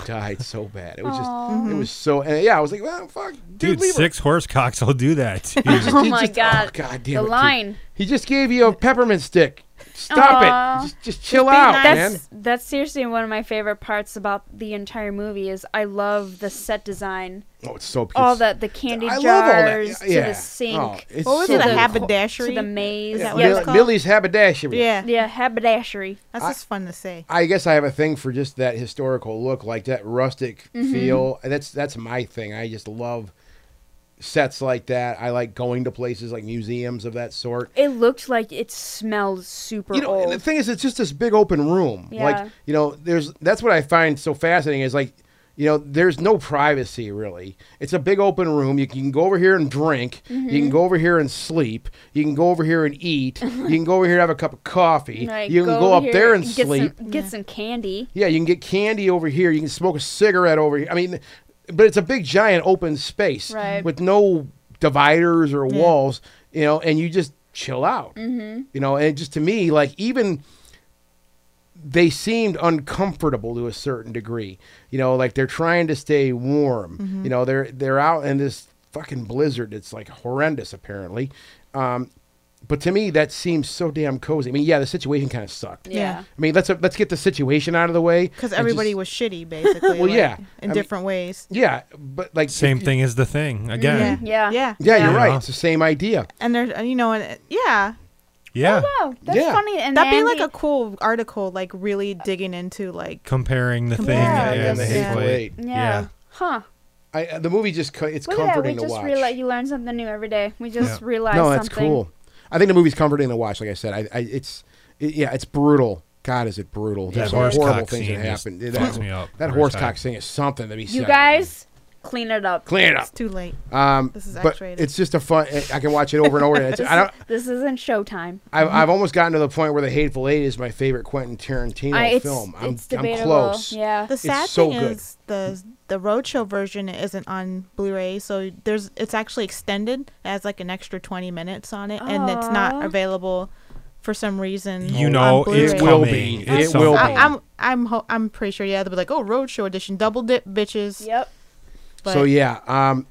died so bad. It was just it was so and yeah. I was like, well, fuck, dude,
Dude,
leave her.
six horse cocks will do that. to
*laughs*
you.
Just-
Oh
he
my
just-
God.
oh, God damn
The
it, dude.
line.
He just gave you a peppermint stick. Stop
Aw.
it. Just, just chill out,
nice.
Oh, man.
That's that's seriously one of my favorite parts about the entire movie is I love the set design.
Oh, it's so cute.
All the the candy
I
jars
love all that.
to
Yeah.
the sink.
Oh, it's
What was
so
it? A
good.
haberdashery?
to the maze.
Is that what
yeah,
it's
Mill-
called?
Millie's haberdashery.
Yeah.
yeah, haberdashery.
That's just fun to say.
I guess I have a thing for just that historical look, like that rustic
Mm-hmm.
feel. That's that's my thing. I just love sets like that. I like going to places like museums of that sort.
It looked like it smelled super
You know, and
old.
the thing is, it's just this big open room.
Yeah.
Like you know, there's that's what I find so fascinating is like you know, there's no privacy really. It's a big open room. You can go over here and drink. You
Mm-hmm.
can go over here and sleep. You can go over here and
*laughs*
eat. you can go over here and have a cup of coffee.
Like,
you can go,
over
up
here
there and
get
sleep.
Some, get some candy.
Yeah, you can get candy over here. You can smoke a cigarette over here. I mean, but it's a big, giant open space
Right.
with no dividers or walls, you know, and you just chill out. Mm-hmm. You know, and it just to me, like, even they seemed uncomfortable to a certain degree. You know, like they're trying to stay warm. You know, they're they're out in this fucking blizzard. It's like horrendous, apparently. Um, but to me, that seems so damn cozy. I mean, yeah, the situation kind of sucked.
Yeah.
I mean, let's let's get the situation out of the way.
Because
and
everybody
just-
*laughs*
was shitty, basically.
Well,
like,
yeah.
In
I mean-
different ways.
yeah, but like
Same thing as the thing
Yeah.
again.
Yeah.
Yeah.
Yeah, you're
Yeah.
right. It's the same idea.
And there's, uh, you know, and uh, yeah.
Yeah,
Wow, Oh, that's
Yeah.
funny. And
That'd be
Andy-
like a cool article, like really digging into, like,
comparing the thing
Yeah,
and the
yeah.
hateful eight.
yeah.
yeah.
Huh.
I, uh, the movie just co- it's
Look
comforting
at that. We
to
just
watch.
realize you learn something new every day. We just
Yeah.
realize
no, that's
something.
cool. I think the movie's comforting to watch. Like I said, I, I it's it, yeah, it's brutal. God, is it brutal?
That
There's some
horse
horrible
cock
things
scene
that
just
happened. That,
fucks me up
that
every
horse
time.
cock thing is something to be.
You
said.
guys, clean it up.
clean it up.
it's too late.
Um,
This is
but
X-rated.
it's just a fun. I can watch it over and over. And it's, I
*laughs*
don't.
This isn't Showtime.
I've, I've almost gotten to the point where the Hateful Eight is my favorite Quentin Tarantino
I, it's,
film. I'm,
it's
I'm
debatable.
close.
Yeah.
The sad
so
thing
good.
is the the roadshow version isn't on Blu-ray, so there's it's actually extended. It has like an extra 20 minutes on it, and it's not
Aw.
available for some reason.
You
Oh,
on
know
Blu-ray.
it's
It will
coming.
be.
at
It
some
will be.
I,
point.
I'm I'm ho- I'm pretty sure. Yeah, they'll be like, oh, roadshow edition, double dip, bitches.
Yep.
But
so yeah, um,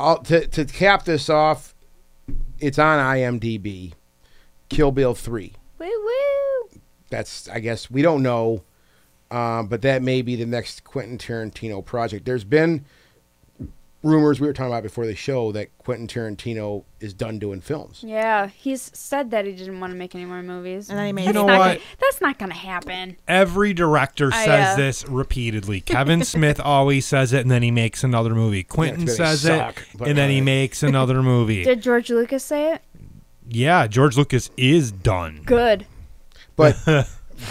I'll, to to cap this off, it's on IMDb. Kill Bill three.
Woo woo.
That's I guess we don't know, um, but that may be the next Quentin Tarantino project. There's been rumors we were talking about before the show that Quentin Tarantino is done doing films.
Yeah. He's said that he didn't want to make any more movies.
And then he made
That's
You know
not
what?
Gonna, that's not gonna happen.
Every director
I,
says
uh,
this repeatedly.
*laughs*
Kevin Smith always says it, and then he makes another movie. Quentin
gonna
says
suck,
it,
but
and then he
alright.
makes
*laughs*
another movie.
Did George Lucas say it?
yeah, George Lucas is done.
Good.
But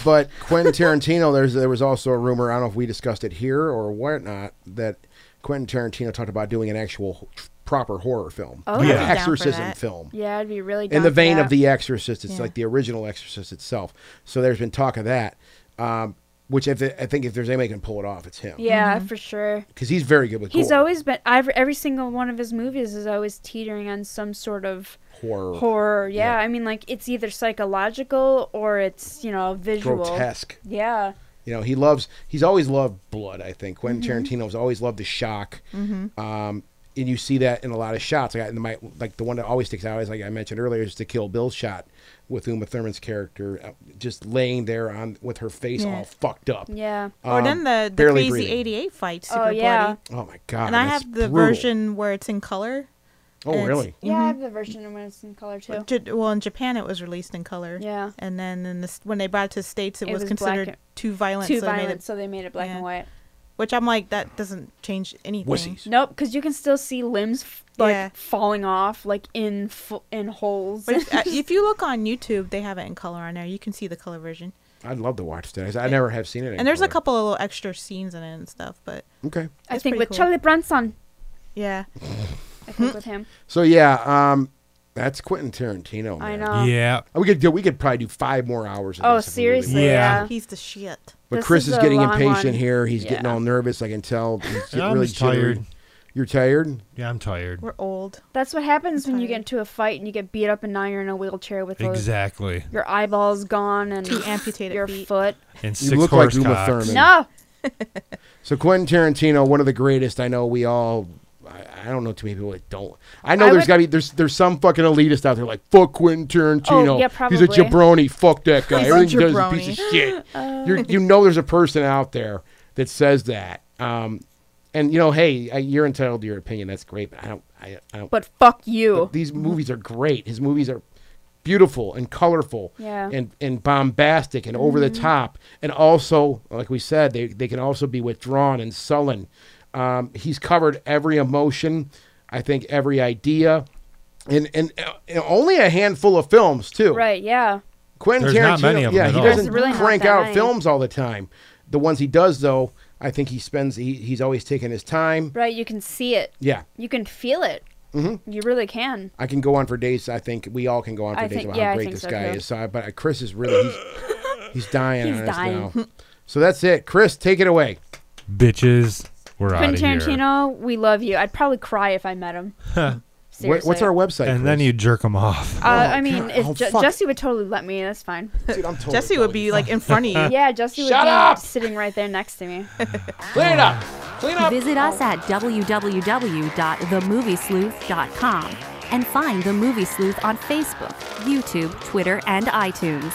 but Quentin Tarantino, there's there was also a rumor. I don't know if we discussed it here or whatnot that Quentin Tarantino talked about doing an actual proper horror film,
Oh.
Like
Yeah.
an
I'd
be down for
exorcism
that.
film.
Yeah, I'd be really.
in
down
the
for
vein
that.
of The Exorcist. It's
Yeah.
like the original Exorcist itself. So there's been talk of that, um, which if I think if there's anybody can pull it off, it's him.
Yeah,
Mm-hmm.
for sure.
because he's very good with
He's
gore.
always been every, every single one of his movies is always teetering on some sort of
horror,
horror. Yeah, I mean like it's either psychological or it's, you know, visual.
grotesque.
Yeah.
You know, he loves. He's always loved blood. I think Quentin
Mm-hmm.
Tarantino's always loved the shock. Um, and you see that in a lot of shots. Like, I, my, like the one that always sticks out is like I mentioned earlier is the Kill Bill shot with Uma Thurman's character uh, just laying there on with her face
Yeah.
all fucked up.
Yeah.
or
Um,
then the the
barely
crazy
breathing.
'88 fight, super
Oh yeah.
bloody.
Oh my god!
And I
that's
have the
brutal.
version where it's in color.
Oh
and it's- Mm-hmm.
really?
Yeah, I have the version when it's in color too.
J- well, in Japan, it was released in color.
Yeah.
And then in the, s- when they brought it to the states, it,
It
was,
was black
considered
and-
too violent.
Too
so they made
violent,
it-
so they made it black
yeah.
and white.
which I'm like, that doesn't change anything.
Wussies.
Nope, because you can still see limbs f- like
Yeah.
falling off, like in f- in holes.
But if, uh, if you look on YouTube, they have it in color on there. You can see the color version.
I'd love to watch that. I never have seen it.
And there's a
anywhere.
couple of little extra scenes in it and stuff. But
Okay.
*laughs* I think
That's pretty
with
cool.
Charlie Bronson,
yeah,
I think with him.
So yeah, um, That's Quentin Tarantino. Man. Uh,
I know.
yeah.
We could do, we could probably do five more hours. Of
Oh,
this if we really
seriously?
Yeah.
Yeah.
He's the shit.
But
This
Chris
is
is,
a
getting
long
impatient
one.
here. He's getting
Yeah.
all nervous. I can tell. He's
*laughs*
getting
I'm
really
just tired.
jittery. You're tired.
Yeah, I'm tired.
We're old.
That's what happens when you get into a fight and you get beat up and now you're in a wheelchair with those-
Exactly.
your eyeballs gone and
Two amputated
your
feet.
foot.
And
You
six
look like
horse
Uma
cocks.
Thurman.
No.
So Quentin Tarantino, one of the greatest. I know we all. I, I don't know too many people that don't. I know
I
there's
would-
gotta be there's there's some fucking elitist out there like fuck Quentin Tarantino.
Oh, yeah,
He's a
probably.
jabroni. Fuck that guy.
He's a
Everything he does is a piece of
jabroni.
shit.
*gasps*
You're, you know there's a person out there that says that. Um, and you know, hey, I- you're entitled to your opinion. That's great. But I don't. I, I don't.
But fuck you.
But these movies are great. His movies are beautiful and colorful
Yeah. Mm-hmm.
and, and bombastic and over the top. And also, like we said, they, they can also be withdrawn and sullen. Um, he's covered every emotion, I think every idea, and, and, uh, and only a handful of films, too.
Right, yeah.
Quentin
There's not
Tarantino,
many of them
yeah,
at
he
all.
doesn't
There's really not
crank
that
out
many.
films all the time. The ones he does, though, I think he spends, he, he's always taking his time.
Right, you can see it.
Yeah.
You can feel it. Mm-hmm. You really can.
I can go on for days. I think we all can go on for
I
days
think-
about
yeah,
how
I
great
think
this
so,
guy
too.
is. So, I, but Chris is really he's,
*laughs*
he's dying
He's
on us
dying.
now. So that's it, Chris. Take it away.
Bitches, we're out of
Quentin
here.
Tarantino, we love you. I'd probably cry if I
*laughs*
met him.
Wha-
Seriously.
what's our website?
And then
Chris?
you jerk them off.
Uh, I mean,
God.
if
Oh,
Je-
fuck.
Jesse would totally let me.
*laughs*
That's fine.
Dude, I'm totally
Jesse would be like in front of you.
Yeah, Jesse would
Shut
be
up!
sitting right there next to me.
clean it up. Clean up.
Visit us at www.themoviesleuth.com and find The Movie Sleuth on Facebook, YouTube, Twitter, and iTunes.